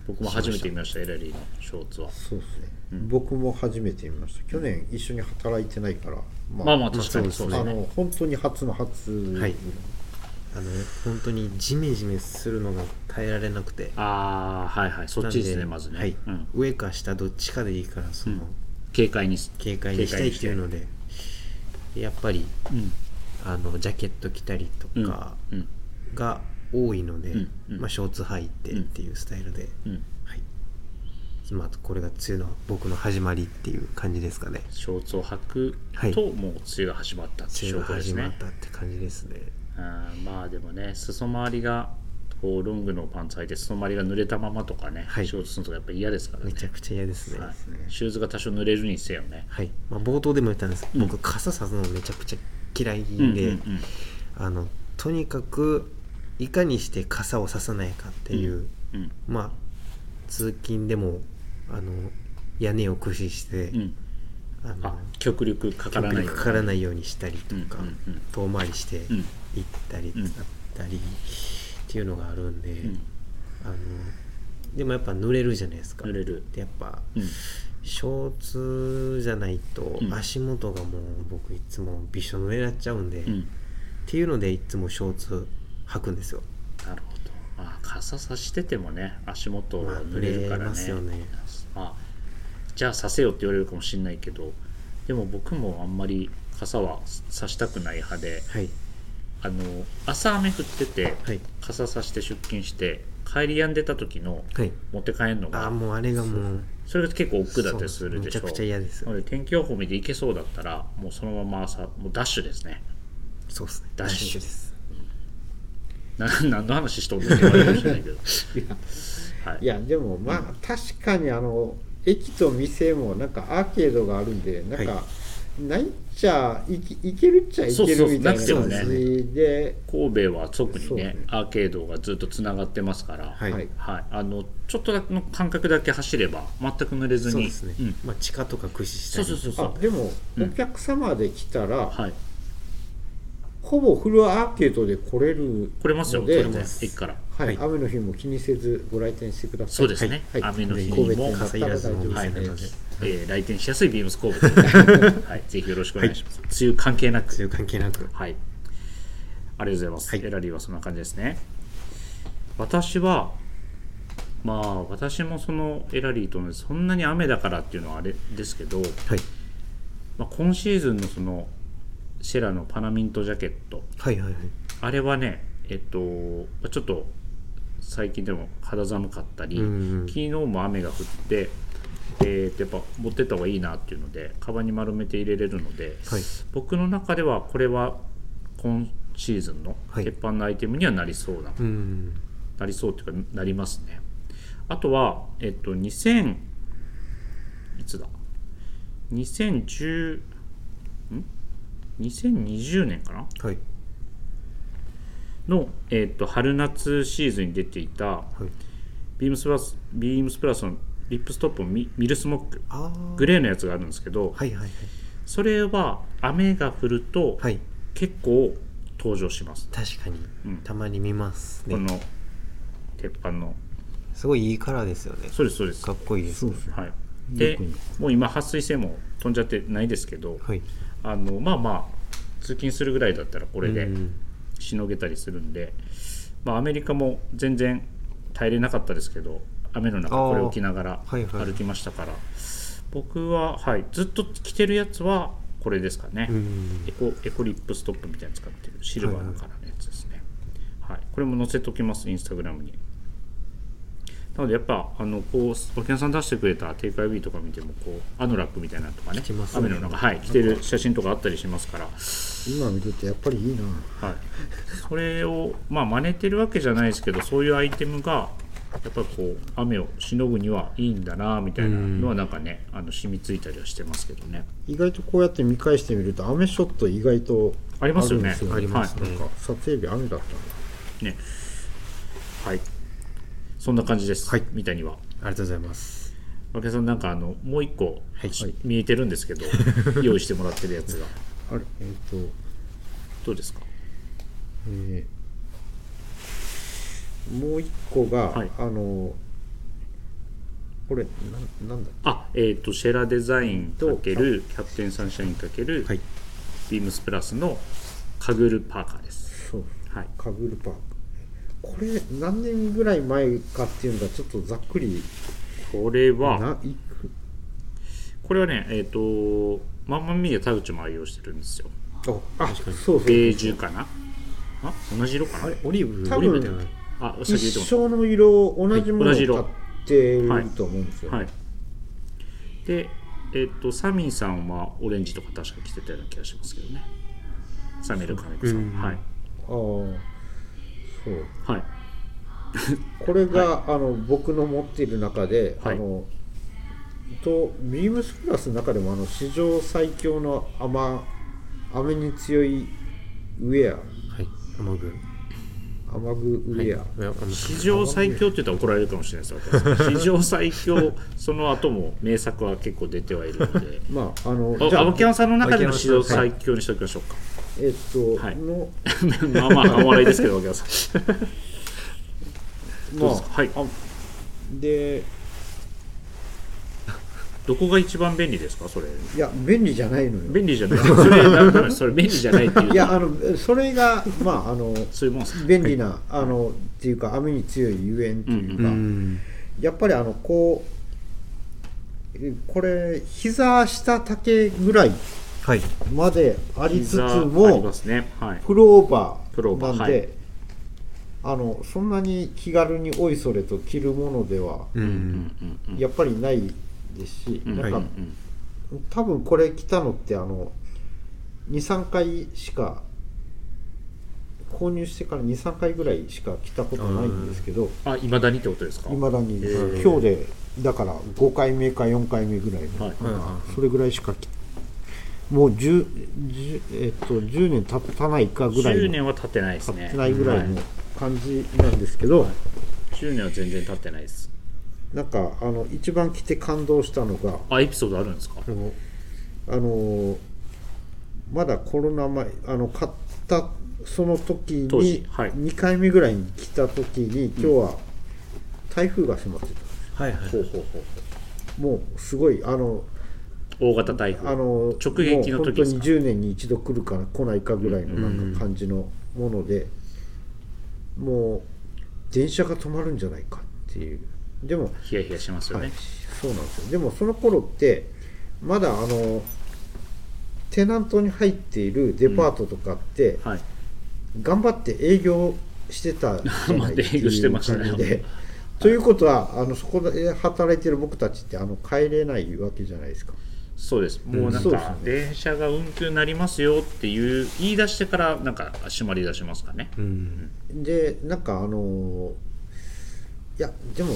Speaker 1: 僕も初めて見ましたエラリーのショーツは
Speaker 3: そうですね、僕も初めて見ました去年一緒に働いてないからま
Speaker 1: まあまあ確かにそうです
Speaker 3: あ
Speaker 1: ね
Speaker 3: の本当に初の初ぐら
Speaker 2: はいあの本当にジメジメするのが耐えられなくて
Speaker 1: ああはいはいそっちです
Speaker 2: な
Speaker 1: ね
Speaker 2: ん
Speaker 1: まずね、
Speaker 2: はい
Speaker 1: うん、
Speaker 2: 上か下どっちかでいいからその、
Speaker 1: 警戒にす
Speaker 2: 警戒にしたいっていうのででやっぱり
Speaker 1: うん
Speaker 2: あのジャケット着たりとか
Speaker 1: うん
Speaker 2: が多いので、
Speaker 1: んうん
Speaker 2: まあ、ショーツ履いてっていうスタイルで、
Speaker 1: うん
Speaker 2: はい、まあこれが梅雨の僕の始まりっていう感じですかね
Speaker 1: ショーツを履くと、
Speaker 2: はい
Speaker 1: もう梅雨が始まったってい
Speaker 2: 梅
Speaker 1: う
Speaker 2: 雨
Speaker 1: 証
Speaker 2: が
Speaker 1: 拠です
Speaker 2: 始ま
Speaker 1: ね
Speaker 2: ったって感じですね
Speaker 1: あーまあでもね裾回りがこうロングのパンツ履いて裾回りが濡れたままとかね、
Speaker 2: はい
Speaker 1: ショーツのとかやっぱ嫌ですからね
Speaker 2: めちゃくちゃ嫌ですね、
Speaker 1: はい、シューズが多少濡れるにせよね
Speaker 2: はいまあ、冒頭でも言ったんですけど、
Speaker 1: うん
Speaker 2: 僕傘さすのめちゃくちゃ嫌いで、
Speaker 1: うんうんうん
Speaker 2: あのとにかくいかにして傘をささないかっていう、
Speaker 1: うん
Speaker 2: まあ通勤でもあの屋根を駆使して、
Speaker 1: うん
Speaker 2: あの
Speaker 1: あ極力かからない
Speaker 2: 極力かから
Speaker 1: い
Speaker 2: ないようにしたりとか、
Speaker 1: うんうんうん
Speaker 2: 遠回りして
Speaker 1: うん
Speaker 2: 行ったり
Speaker 1: ん
Speaker 2: だったりっていうのがあるんで、
Speaker 1: ん
Speaker 2: あのでもやっぱ濡れるじゃないですか
Speaker 1: 濡れる
Speaker 2: でやっぱ、
Speaker 1: うん
Speaker 2: ショーツじゃないと
Speaker 1: うん
Speaker 2: 足元がもう僕いつもびしょ濡れになっちゃうんで、
Speaker 1: う
Speaker 2: っ
Speaker 1: ん
Speaker 2: ていうのでいつもショーツ履くんですよ
Speaker 1: なるほどまあ傘さしててもね足元
Speaker 2: ま
Speaker 1: が
Speaker 2: あ
Speaker 1: 濡れるからね,、
Speaker 2: 濡れますよね
Speaker 1: まあ、じゃあさせよって言われるかもしれないけどでも僕もあんまり傘はさしたくない派で
Speaker 2: はい
Speaker 1: あの朝雨降ってて、
Speaker 2: はい
Speaker 1: 傘さして出勤して帰り止んでた時の
Speaker 2: はい
Speaker 1: 持って帰るの
Speaker 2: ああ
Speaker 1: が
Speaker 2: もうあれがもう
Speaker 1: それが結構億劫だったりするでしょ
Speaker 2: そうめちゃくちゃ嫌です
Speaker 1: なので天気予報見て行けそうだったらもうそのまま朝もうダッシュですね
Speaker 2: そうですね
Speaker 1: ダ
Speaker 2: ダ
Speaker 1: ッ
Speaker 2: ッ
Speaker 1: シ
Speaker 2: シ
Speaker 1: ュ
Speaker 2: ュです
Speaker 1: な 何の話しとんのって言われるかもしれない けどはい
Speaker 3: いやでもまあ、確かにあの駅と店もなんかアーケードがあるんでなんか、
Speaker 2: は
Speaker 3: ないっちゃいきいけるっちゃい
Speaker 1: そう
Speaker 3: け
Speaker 1: そ
Speaker 3: る
Speaker 1: う
Speaker 3: みたいな
Speaker 1: な
Speaker 2: く
Speaker 3: 感
Speaker 2: てもね
Speaker 3: じで
Speaker 1: 神戸は特に
Speaker 3: そう
Speaker 1: ね
Speaker 3: ね
Speaker 1: アーケードがずっとつながってますから、
Speaker 2: はい、
Speaker 3: はい
Speaker 1: はいあのちょっとだけの間隔だけ走れば全く濡れずに
Speaker 2: そうですね、
Speaker 1: ん
Speaker 2: まあ、地下とか駆使した
Speaker 1: そう
Speaker 2: り
Speaker 1: そうそうそ
Speaker 3: あ
Speaker 1: う
Speaker 3: でも、お客様で来たら、
Speaker 1: はい
Speaker 3: ほぼフルアーケードで来れる
Speaker 1: 来れますよ
Speaker 3: の
Speaker 1: これ
Speaker 3: で
Speaker 1: も
Speaker 2: ね
Speaker 1: 駅から
Speaker 3: はい
Speaker 2: はい
Speaker 3: 雨の日も気にせずご来店してください
Speaker 1: そうですね
Speaker 3: はいはい
Speaker 1: 雨の日にも
Speaker 3: 神戸に
Speaker 2: 傘いらずのお
Speaker 3: は
Speaker 2: 店
Speaker 3: い
Speaker 2: なので、
Speaker 1: えー来店しやすいビームス神戸ということで、はい、ぜひよろしくお願いします、梅雨関係なく
Speaker 2: そういう関係なく
Speaker 1: はい。ありがとうございます。
Speaker 2: はい
Speaker 1: エラリーはそんな感じですね。私は、まあ、私もそのエラリーと同じ、そんなに雨だからっていうのはあれですけど、
Speaker 2: はい、
Speaker 1: まあ、今シーズンのその、シェラのパナミントジャケット、
Speaker 2: はいはいはい
Speaker 1: あれはね、えっと、まあちょっと、最近でも肌寒かったり、
Speaker 2: うんうん
Speaker 1: 昨日も雨が降って、えーとやっぱ持ってった方がいいなっていうのでカバンに丸めて入れれるので、
Speaker 2: はい
Speaker 1: 僕の中ではこれは今シーズンの
Speaker 2: はい
Speaker 1: 鉄板のアイテムにはなりそうな、
Speaker 2: うん
Speaker 1: なりそうっていうかなりますねあとはえっと2000いつだ2010ん2020年かな
Speaker 2: はい
Speaker 1: の、えっと春夏シーズンに出ていた
Speaker 2: はい
Speaker 1: ビームスプラスビームスプラスのリップストップのミミルスモック
Speaker 2: ああ
Speaker 1: グレーのやつがあるんですけど、
Speaker 2: はいはいはい
Speaker 1: それは雨が降ると
Speaker 2: はい
Speaker 1: 結構登場します、
Speaker 2: 確かに、
Speaker 1: うん
Speaker 2: たまに見ます
Speaker 1: こ
Speaker 2: ね
Speaker 1: の鉄板の
Speaker 2: すごいいいカラーですよね
Speaker 1: そうですそうです
Speaker 2: かっこいいですね
Speaker 1: はい、で
Speaker 3: よく
Speaker 1: もう今撥水性も飛んじゃってないですけど、
Speaker 2: はい
Speaker 1: あのまあまあ通勤するぐらいだったらこれで
Speaker 2: うん
Speaker 1: しのげたりするんで、まあ、アメリカも全然耐えれなかったですけど雨の中
Speaker 2: あー
Speaker 1: これを着ながら
Speaker 2: はいはい
Speaker 1: 歩きましたから、僕は、はい、ずっと着てるやつはこれですかね、
Speaker 2: うん
Speaker 1: エコエコリップストップみたいに使ってるシルバーのカラーのやつですね、はいこれも載せときますインスタグラムになのでやっぱあのこう沖縄さん出してくれたテイクアイビーとか見てもこうアノラックみたいなのとかね
Speaker 2: 着てますね
Speaker 1: 雨の中はい着てる写真とかあったりしますから、は、
Speaker 3: 今見るとやっぱりいいない
Speaker 1: それをまあ真似てるわけじゃないですけどそういうアイテムがやっぱこう雨をしのぐにはいいんだなみたいなのはなんかねあの染みついたりはしてますけどね
Speaker 3: 意外とこうやって見返してみると雨ショット意外と
Speaker 1: ありますよね
Speaker 3: あるんで
Speaker 2: ありますね
Speaker 1: はい
Speaker 3: なんか撮影日雨だったんだ
Speaker 1: ね。はい。そんな感じです。
Speaker 2: はい
Speaker 1: みたいには。
Speaker 2: ありがとうございます
Speaker 1: わけさんなんかあのもう一個、
Speaker 2: はい
Speaker 1: し見えてるんですけ ど、用意してもらってるやつが
Speaker 3: あれえっ、と
Speaker 1: どうですか。
Speaker 3: えーもう一個が、
Speaker 1: はい
Speaker 3: あのこれななんだ
Speaker 1: あえっ、とシェラデザイン
Speaker 3: と
Speaker 1: かけるキャプテンサンシャインかける
Speaker 2: はい
Speaker 1: ビームスプラスのカグルパーカーです。
Speaker 3: そう
Speaker 1: はい。
Speaker 3: カブルパークこれ何年ぐらい前かっていうのがちょっとざっくり
Speaker 1: これは
Speaker 3: ないく
Speaker 1: これはねえっ、とマンマンミーで田口も愛用してるんですよ。
Speaker 3: あ
Speaker 2: 確かに
Speaker 3: そうそう
Speaker 1: ベージュかな。あ同じ色かな。
Speaker 2: オリーブ
Speaker 3: 多
Speaker 2: オリーブで
Speaker 3: 分
Speaker 2: はない
Speaker 1: あ先言って
Speaker 3: 一
Speaker 1: も
Speaker 3: 生の色を同じものを
Speaker 1: はい同
Speaker 3: 買
Speaker 1: じ色
Speaker 3: っていると思うんですよ、
Speaker 1: はい。で、えっと、サミンさんはオレンジとか確か着てたような気がしますけどね。サミルカネコさ。
Speaker 2: うんん
Speaker 1: はい。
Speaker 3: ああそう
Speaker 1: はい。
Speaker 3: これが、あの僕の持っている中で、
Speaker 1: はい
Speaker 3: あのとビームスプラスの中でもあの史上最強の雨雨に強いウェア
Speaker 2: はい雨具
Speaker 3: 雨具ウ
Speaker 2: はい
Speaker 3: ェア、
Speaker 2: いやあの
Speaker 1: 史上最強って言ったら怒られるかもしれないです私。史上最強、その後も名作は結構出てはいるので。
Speaker 3: まああの
Speaker 1: あ
Speaker 3: じゃあ
Speaker 1: 青木山さんの中での史上
Speaker 2: 青木山さん
Speaker 1: 最強にしておきましょうか。
Speaker 3: えっと、
Speaker 1: はい
Speaker 3: の
Speaker 1: まあまあ、半笑いですけど、青木山さん。どう
Speaker 3: ま
Speaker 1: ですかはい。
Speaker 3: あで
Speaker 1: どこが一番便利ですかそれ。
Speaker 3: いや便利じゃないのよ
Speaker 1: 便利じゃない。それ、ダメそれ便利じゃないっていう。
Speaker 3: いやあのそれがまああの
Speaker 1: そういうもんです。
Speaker 3: 便利な、あのっていうか雨に強いゆえんという
Speaker 2: う
Speaker 3: か、
Speaker 2: ん
Speaker 3: やっぱりあのこうえこれ膝下丈ぐらい
Speaker 2: はい
Speaker 3: までありつつ
Speaker 1: 膝あり
Speaker 3: も
Speaker 1: ますね。はい。
Speaker 3: プローバ
Speaker 1: プロー
Speaker 3: ー
Speaker 1: バ
Speaker 3: な
Speaker 1: ー
Speaker 3: んであのそんなに気軽においそれと着るものでは
Speaker 2: う
Speaker 1: うんんうんうん。
Speaker 3: やっぱりないですし、
Speaker 1: うん
Speaker 3: なん
Speaker 2: は
Speaker 3: か
Speaker 2: い
Speaker 1: うん
Speaker 3: 多分これ着たのってあの23回しか購入してから23回ぐらいしか着たことないんですけど
Speaker 1: あ、いまだにってことですか
Speaker 3: いまだに、
Speaker 1: ー
Speaker 3: 今日でだから5回目か4回目ぐらいの、
Speaker 1: はい
Speaker 2: はいは
Speaker 3: それぐらいしか着もう 10, 10えっと、10年経たないかぐらいの
Speaker 1: 10年は経ってないですね。
Speaker 3: 経ってないぐらい
Speaker 1: は
Speaker 3: の感じなんですけど、
Speaker 1: 10年は全然経ってないです。
Speaker 3: なんかあの一番着て感動したのが
Speaker 1: あ、エピソードあるんですか
Speaker 2: お
Speaker 3: あのまだコロナ前あの買ったその時に
Speaker 1: 当時はい
Speaker 3: 2回目ぐらいに来た時に、今日は台風が迫ってた
Speaker 2: はいはい
Speaker 1: ほうほうほう。
Speaker 3: もうすごいあの
Speaker 1: 大型台風。
Speaker 3: あの
Speaker 1: 直撃の
Speaker 3: もう
Speaker 1: 時
Speaker 3: 本当
Speaker 1: です
Speaker 3: に
Speaker 1: か
Speaker 3: 10年に一度来るか来ないかぐらいのなんか感じのもので、もう電車が止まるんじゃないかっていうでも
Speaker 1: ヒヤヒヤしますよ
Speaker 3: は
Speaker 1: ね
Speaker 3: い。、そうなんですよでもその頃ってまだあのテナントに入っているデパートとかって、
Speaker 1: はい。
Speaker 3: 頑張って営業してたじゃな い
Speaker 1: 頑張って営業してましたね
Speaker 3: っていう感じでということはあのそこで働いてる僕たちってあの帰れないわけじゃないですか
Speaker 1: そうです。もうなん
Speaker 3: そうです
Speaker 1: か
Speaker 3: ね、
Speaker 1: 電車が運休になりますよっていう、言い出してから、なんか、締まり出しますかね。
Speaker 2: うん
Speaker 3: でなんかあのいやでも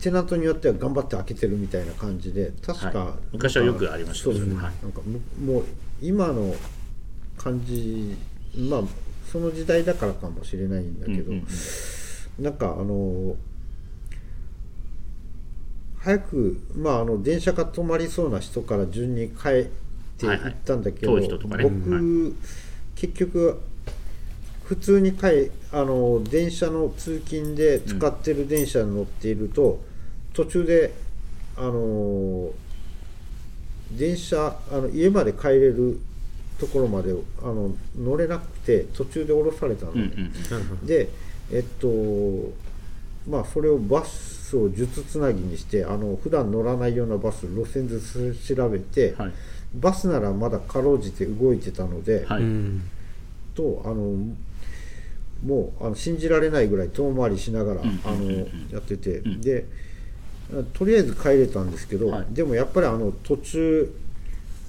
Speaker 3: テナントによっては頑張って開けてるみたいな感じで確か、
Speaker 1: はい昔はよくありました
Speaker 3: ね
Speaker 1: ね
Speaker 3: そうですね
Speaker 1: はい
Speaker 3: なんかむもう今の感じまあその時代だからかもしれないんだけど、
Speaker 1: うんうん
Speaker 3: なんかあの早く、まあ、あの電車が止まりそうな人から順に帰っていったんだけど、
Speaker 1: はいはい遠い人とかね
Speaker 3: 僕、
Speaker 1: は
Speaker 3: 結局普通に帰あの電車の通勤で使ってる電車に乗っていると、途中であの電車あの家まで帰れるところまであの乗れなくて途中で降ろされたの
Speaker 1: う
Speaker 3: で、
Speaker 1: んうん
Speaker 3: でえっとまあそれをバスを術つなぎにしてあの普段乗らないようなバス路線図調べて、
Speaker 1: うん。はい。
Speaker 3: バスならまだかろうじて動いてたので、
Speaker 1: はい。
Speaker 2: うん
Speaker 3: とあのもうあの信じられないぐらい遠回りしながら、
Speaker 1: ん
Speaker 3: あ
Speaker 1: うん
Speaker 3: の
Speaker 1: うん
Speaker 3: やってて、
Speaker 1: ん
Speaker 3: でとりあえず帰れたんですけど、
Speaker 1: はい
Speaker 3: でもやっぱりあの途中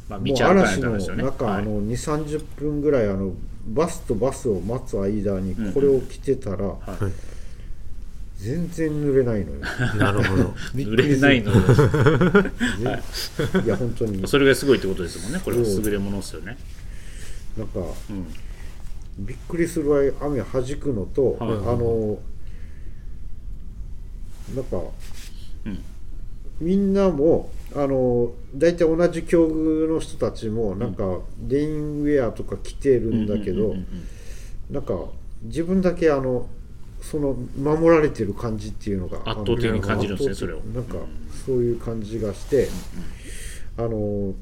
Speaker 1: まあ、道
Speaker 3: もう
Speaker 1: 歩かない
Speaker 3: 嵐
Speaker 1: とダ
Speaker 3: の
Speaker 1: メですよね。
Speaker 3: 中、あ
Speaker 1: はい。
Speaker 3: の2 3 0分ぐらいあのバスとバスを待つ間に
Speaker 1: んうん
Speaker 3: これを着てたら、
Speaker 2: はい
Speaker 3: 全然濡れないのよ
Speaker 2: なるほど
Speaker 1: 濡れないのよ。
Speaker 3: 全然いや本当になんか
Speaker 1: それがすごいってことですもんね。これは
Speaker 3: そう
Speaker 1: 優れものですよね。うん。
Speaker 3: びっくりするぐらい雨弾くのと、
Speaker 1: はいはいはい
Speaker 3: あのなんか、
Speaker 1: うん
Speaker 3: みんなもあの大体同じ境遇の人たちもなんか、レインウェアとか着てるんだけど、
Speaker 1: うんうんうんうん
Speaker 3: なんか自分だけあのその守られてる感じっていうのが
Speaker 1: 圧倒的に感じるんですね
Speaker 3: 圧倒的
Speaker 1: それを
Speaker 3: なんかそういう感じがして、あの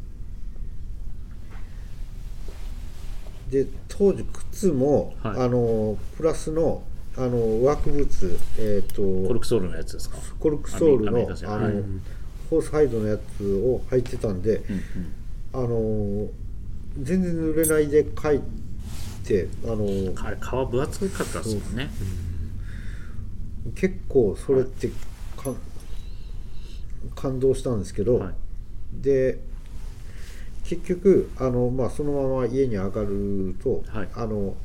Speaker 3: で当時靴も、
Speaker 1: はい
Speaker 3: あのプラスのあのワークブーツ、えー、と
Speaker 1: コルクソールのやつですか
Speaker 3: コルクソール
Speaker 1: アメ
Speaker 3: の
Speaker 1: リカ製
Speaker 3: あの、
Speaker 1: はい
Speaker 3: ホースハイドのやつを履いてたんで、
Speaker 1: うんうん
Speaker 3: あの全然濡れないで書いてあの
Speaker 1: か皮分厚かったですもんね
Speaker 3: 結構それってかん感動したんですけど、
Speaker 1: はい
Speaker 3: で結局あの、まあ、そのまま家に上がると、
Speaker 1: はい
Speaker 3: あの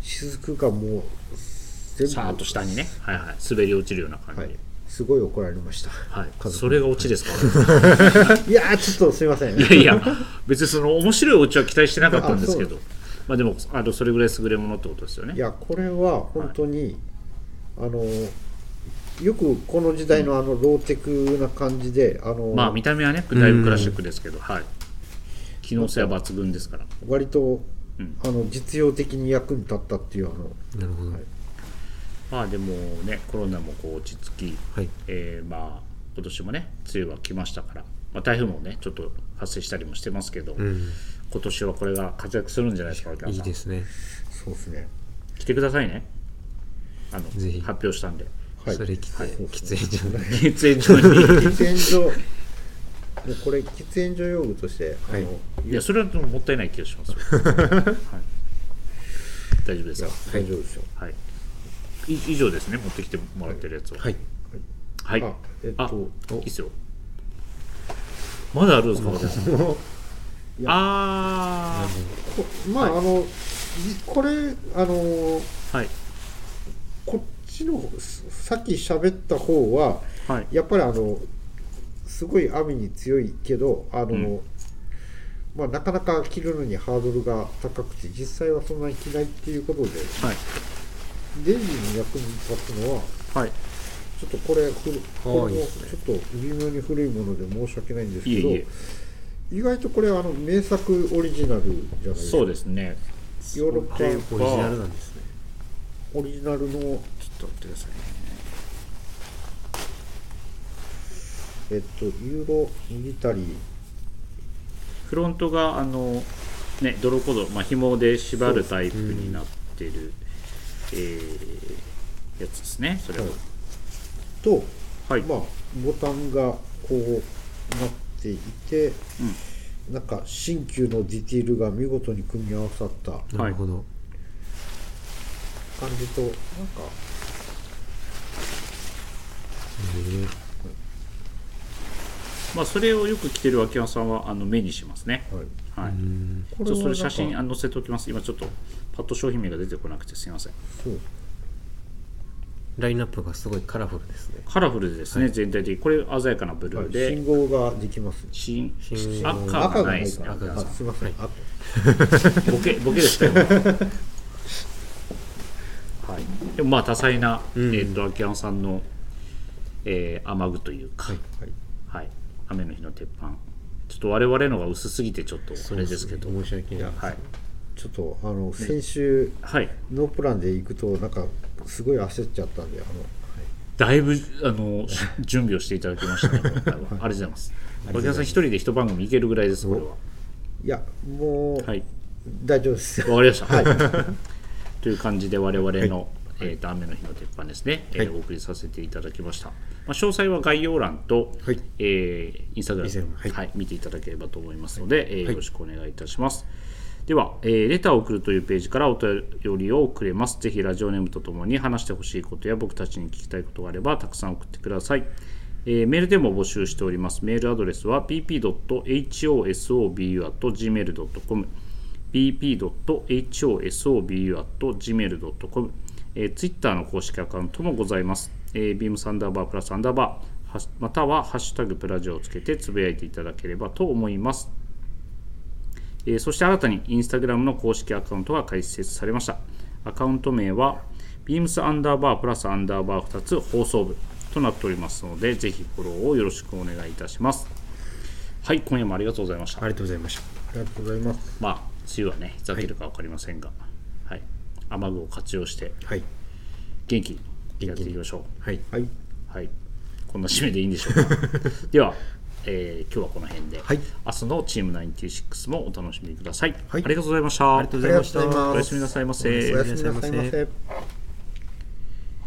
Speaker 3: 雫がもう全
Speaker 1: さーっと下にねはいはい滑り落ちるような感じ
Speaker 3: はい、すごい怒られました、
Speaker 1: はい、
Speaker 3: 家族
Speaker 1: それがオチですか
Speaker 3: いやーちょっとすいません
Speaker 1: いやいや別にその面白いオチは期待してなかったんですけど
Speaker 3: あ
Speaker 1: まあでもあのそれぐらい優れものってことですよね
Speaker 3: いやこれは本当に、あのよくこの時代のあのローテクな感じであの、
Speaker 1: まあ見た目はねだいぶクラシックですけど、はい、機能性は抜群ですから
Speaker 3: 割と、
Speaker 1: うん
Speaker 3: あの実用的に役に立ったっていうあの
Speaker 2: なるほど。はい。
Speaker 1: まあでもねコロナもこう落ち着き、えーまあ今年もね梅雨は来ましたから、まあ、台風もねちょっと発生したりもしてますけど、
Speaker 2: うん。
Speaker 1: 今年はこれが活躍するんじゃないですか、。
Speaker 2: いいですすね。
Speaker 3: そうですね
Speaker 1: 来てくださいね。あの
Speaker 2: ぜひ
Speaker 1: 発表したんで。
Speaker 3: はい
Speaker 2: それ来て、喫煙所で。
Speaker 1: 喫煙所に。
Speaker 3: 喫煙所もうこれ喫煙所用具として、
Speaker 2: はい
Speaker 3: あの
Speaker 1: いや、それはでももったいない気がしますよ。 はい、大丈夫ですか。
Speaker 3: 大丈夫ですよ、
Speaker 1: はい。い以上ですね、持ってきてもらってるやつを。
Speaker 2: はい。
Speaker 1: はい。
Speaker 3: あえっ
Speaker 1: あ
Speaker 3: と、
Speaker 1: いいっすよ。まだあるんですか、
Speaker 3: いや
Speaker 1: あ
Speaker 3: こ まあ、あのいこれあの
Speaker 1: あ。はい。
Speaker 3: こっちのさっき喋った方は
Speaker 1: はい。
Speaker 3: やっぱりあのすごい雨に強いけどあの、
Speaker 1: ん
Speaker 3: まあ、なかなか着るのにハードルが高くて実際はそんなに着ないっていうことで
Speaker 1: はい。
Speaker 3: レジに役に立つのは
Speaker 1: はい。
Speaker 3: ちょっとこれ古こ
Speaker 2: はい
Speaker 3: れもちょっと微妙に古いもので申し訳ないんです
Speaker 1: いえ
Speaker 3: けど
Speaker 1: いえ。
Speaker 3: 意外とこれあの名作オリジナルじゃないですか
Speaker 1: そうですね。
Speaker 3: ヨーロッパ
Speaker 2: オリジナルなんですね。
Speaker 3: オリジナルの
Speaker 1: ちょっと待ってくださいね。
Speaker 3: えっとユーロミリタリー
Speaker 1: フロントがあの、ね、泥コード、まあ、紐で縛るタイプになってる、えーやつですね、それは。
Speaker 3: はいと、
Speaker 1: はい、
Speaker 3: まあ、ボタンがこうなっていて、なんか新旧のディティールが見事に組み合わさった感
Speaker 1: はい
Speaker 2: なるほど。
Speaker 3: じとなんか
Speaker 1: まあ、それをよく着てる脇山さんはあの目にしますね。
Speaker 3: はい
Speaker 1: はい、ちょ
Speaker 3: こ
Speaker 1: っとそ
Speaker 3: なん
Speaker 1: れ
Speaker 3: か
Speaker 1: 写真あの載せておきます、今ちょっとパッと商品名が出てこなくてすみません。
Speaker 3: そう
Speaker 2: ラインナップがすごいカラフルですね。
Speaker 1: カラフルですね、全体的に。これ、鮮やかなブルーで、
Speaker 3: 信号ができます
Speaker 1: 新
Speaker 2: 信号
Speaker 1: 赤がないですね、
Speaker 3: 赤
Speaker 1: 赤が
Speaker 3: がないあすいません、あ
Speaker 1: ボケボケでした よ。はい。でもまあ多彩な、えっ、と秋山さんの、えー、雨具というか、はい、
Speaker 3: はい
Speaker 1: 雨の日の鉄板。ちょっと我々のが薄すぎてちょっとあれですけど、
Speaker 2: 申し訳ない。
Speaker 1: はい
Speaker 3: ちょっとあの先週、
Speaker 1: はい。
Speaker 3: ノープランで行くとなんかすごい焦っちゃったんであの、
Speaker 1: だいぶあのし準備をしていただきましたね。 今回はありがとうございます。秋山さん一人で一番組いけるぐらいですこれは。
Speaker 3: い、やもう、
Speaker 1: はい。
Speaker 3: 大丈夫です
Speaker 1: わかりました。という感じで我々の、えーと雨の日の鉄板ですね、えーお送りさせていただきました。まあ、詳細は概要欄と、
Speaker 2: はい
Speaker 1: えーインスタグラ
Speaker 2: インスタグ
Speaker 1: ム、
Speaker 2: ラムはい
Speaker 1: 見ていただければと思いますので、えーよろしくお願いいたします。では、えーレターを送るというページからお便りを送れます。ぜひラジオネームとともに話してほしいことや僕たちに聞きたいことがあればたくさん送ってください。えーメールでも募集しております。メールアドレスは pp.hosobu.gmail.com bp.hosobu.gmail.com、えー、Twitter の公式アカウントもございます。えー、beams アンダーバープラスアンダーバーはしまたは「ハッシュタグプラジオ」をつけてつぶやいていただければと思います。えーそして新たに Instagram の公式アカウントが開設されました。アカウント名は beams アンダーバープラスアンダーバー2つ放送部となっておりますので、ぜひフォローをよろしくお願いいたします。はい、今夜もありがとうございました
Speaker 2: あ。りがとうございました。
Speaker 3: ありがとうございます
Speaker 1: まあ、梅雨はね、いつ明けるか分かりませんが、はい雨具を活用して、
Speaker 2: はい。
Speaker 1: 元気やっていきましょ
Speaker 2: はい。
Speaker 3: はい
Speaker 1: うはいこんな締めでいいんでしょうかでは、えー今日はこの辺で、
Speaker 2: はい
Speaker 1: 明日のチーム96もお楽しみください、
Speaker 2: はい
Speaker 1: ありがとうございましたあり
Speaker 2: がとうご
Speaker 3: あ
Speaker 2: ざ
Speaker 3: り
Speaker 2: い
Speaker 3: が
Speaker 2: ま
Speaker 3: とう
Speaker 2: し
Speaker 3: ご
Speaker 2: た
Speaker 3: ざいます
Speaker 1: おやすみなさいませ
Speaker 3: おやすみなさい
Speaker 2: おやすみな
Speaker 3: ま
Speaker 2: さいま
Speaker 3: せ
Speaker 2: せ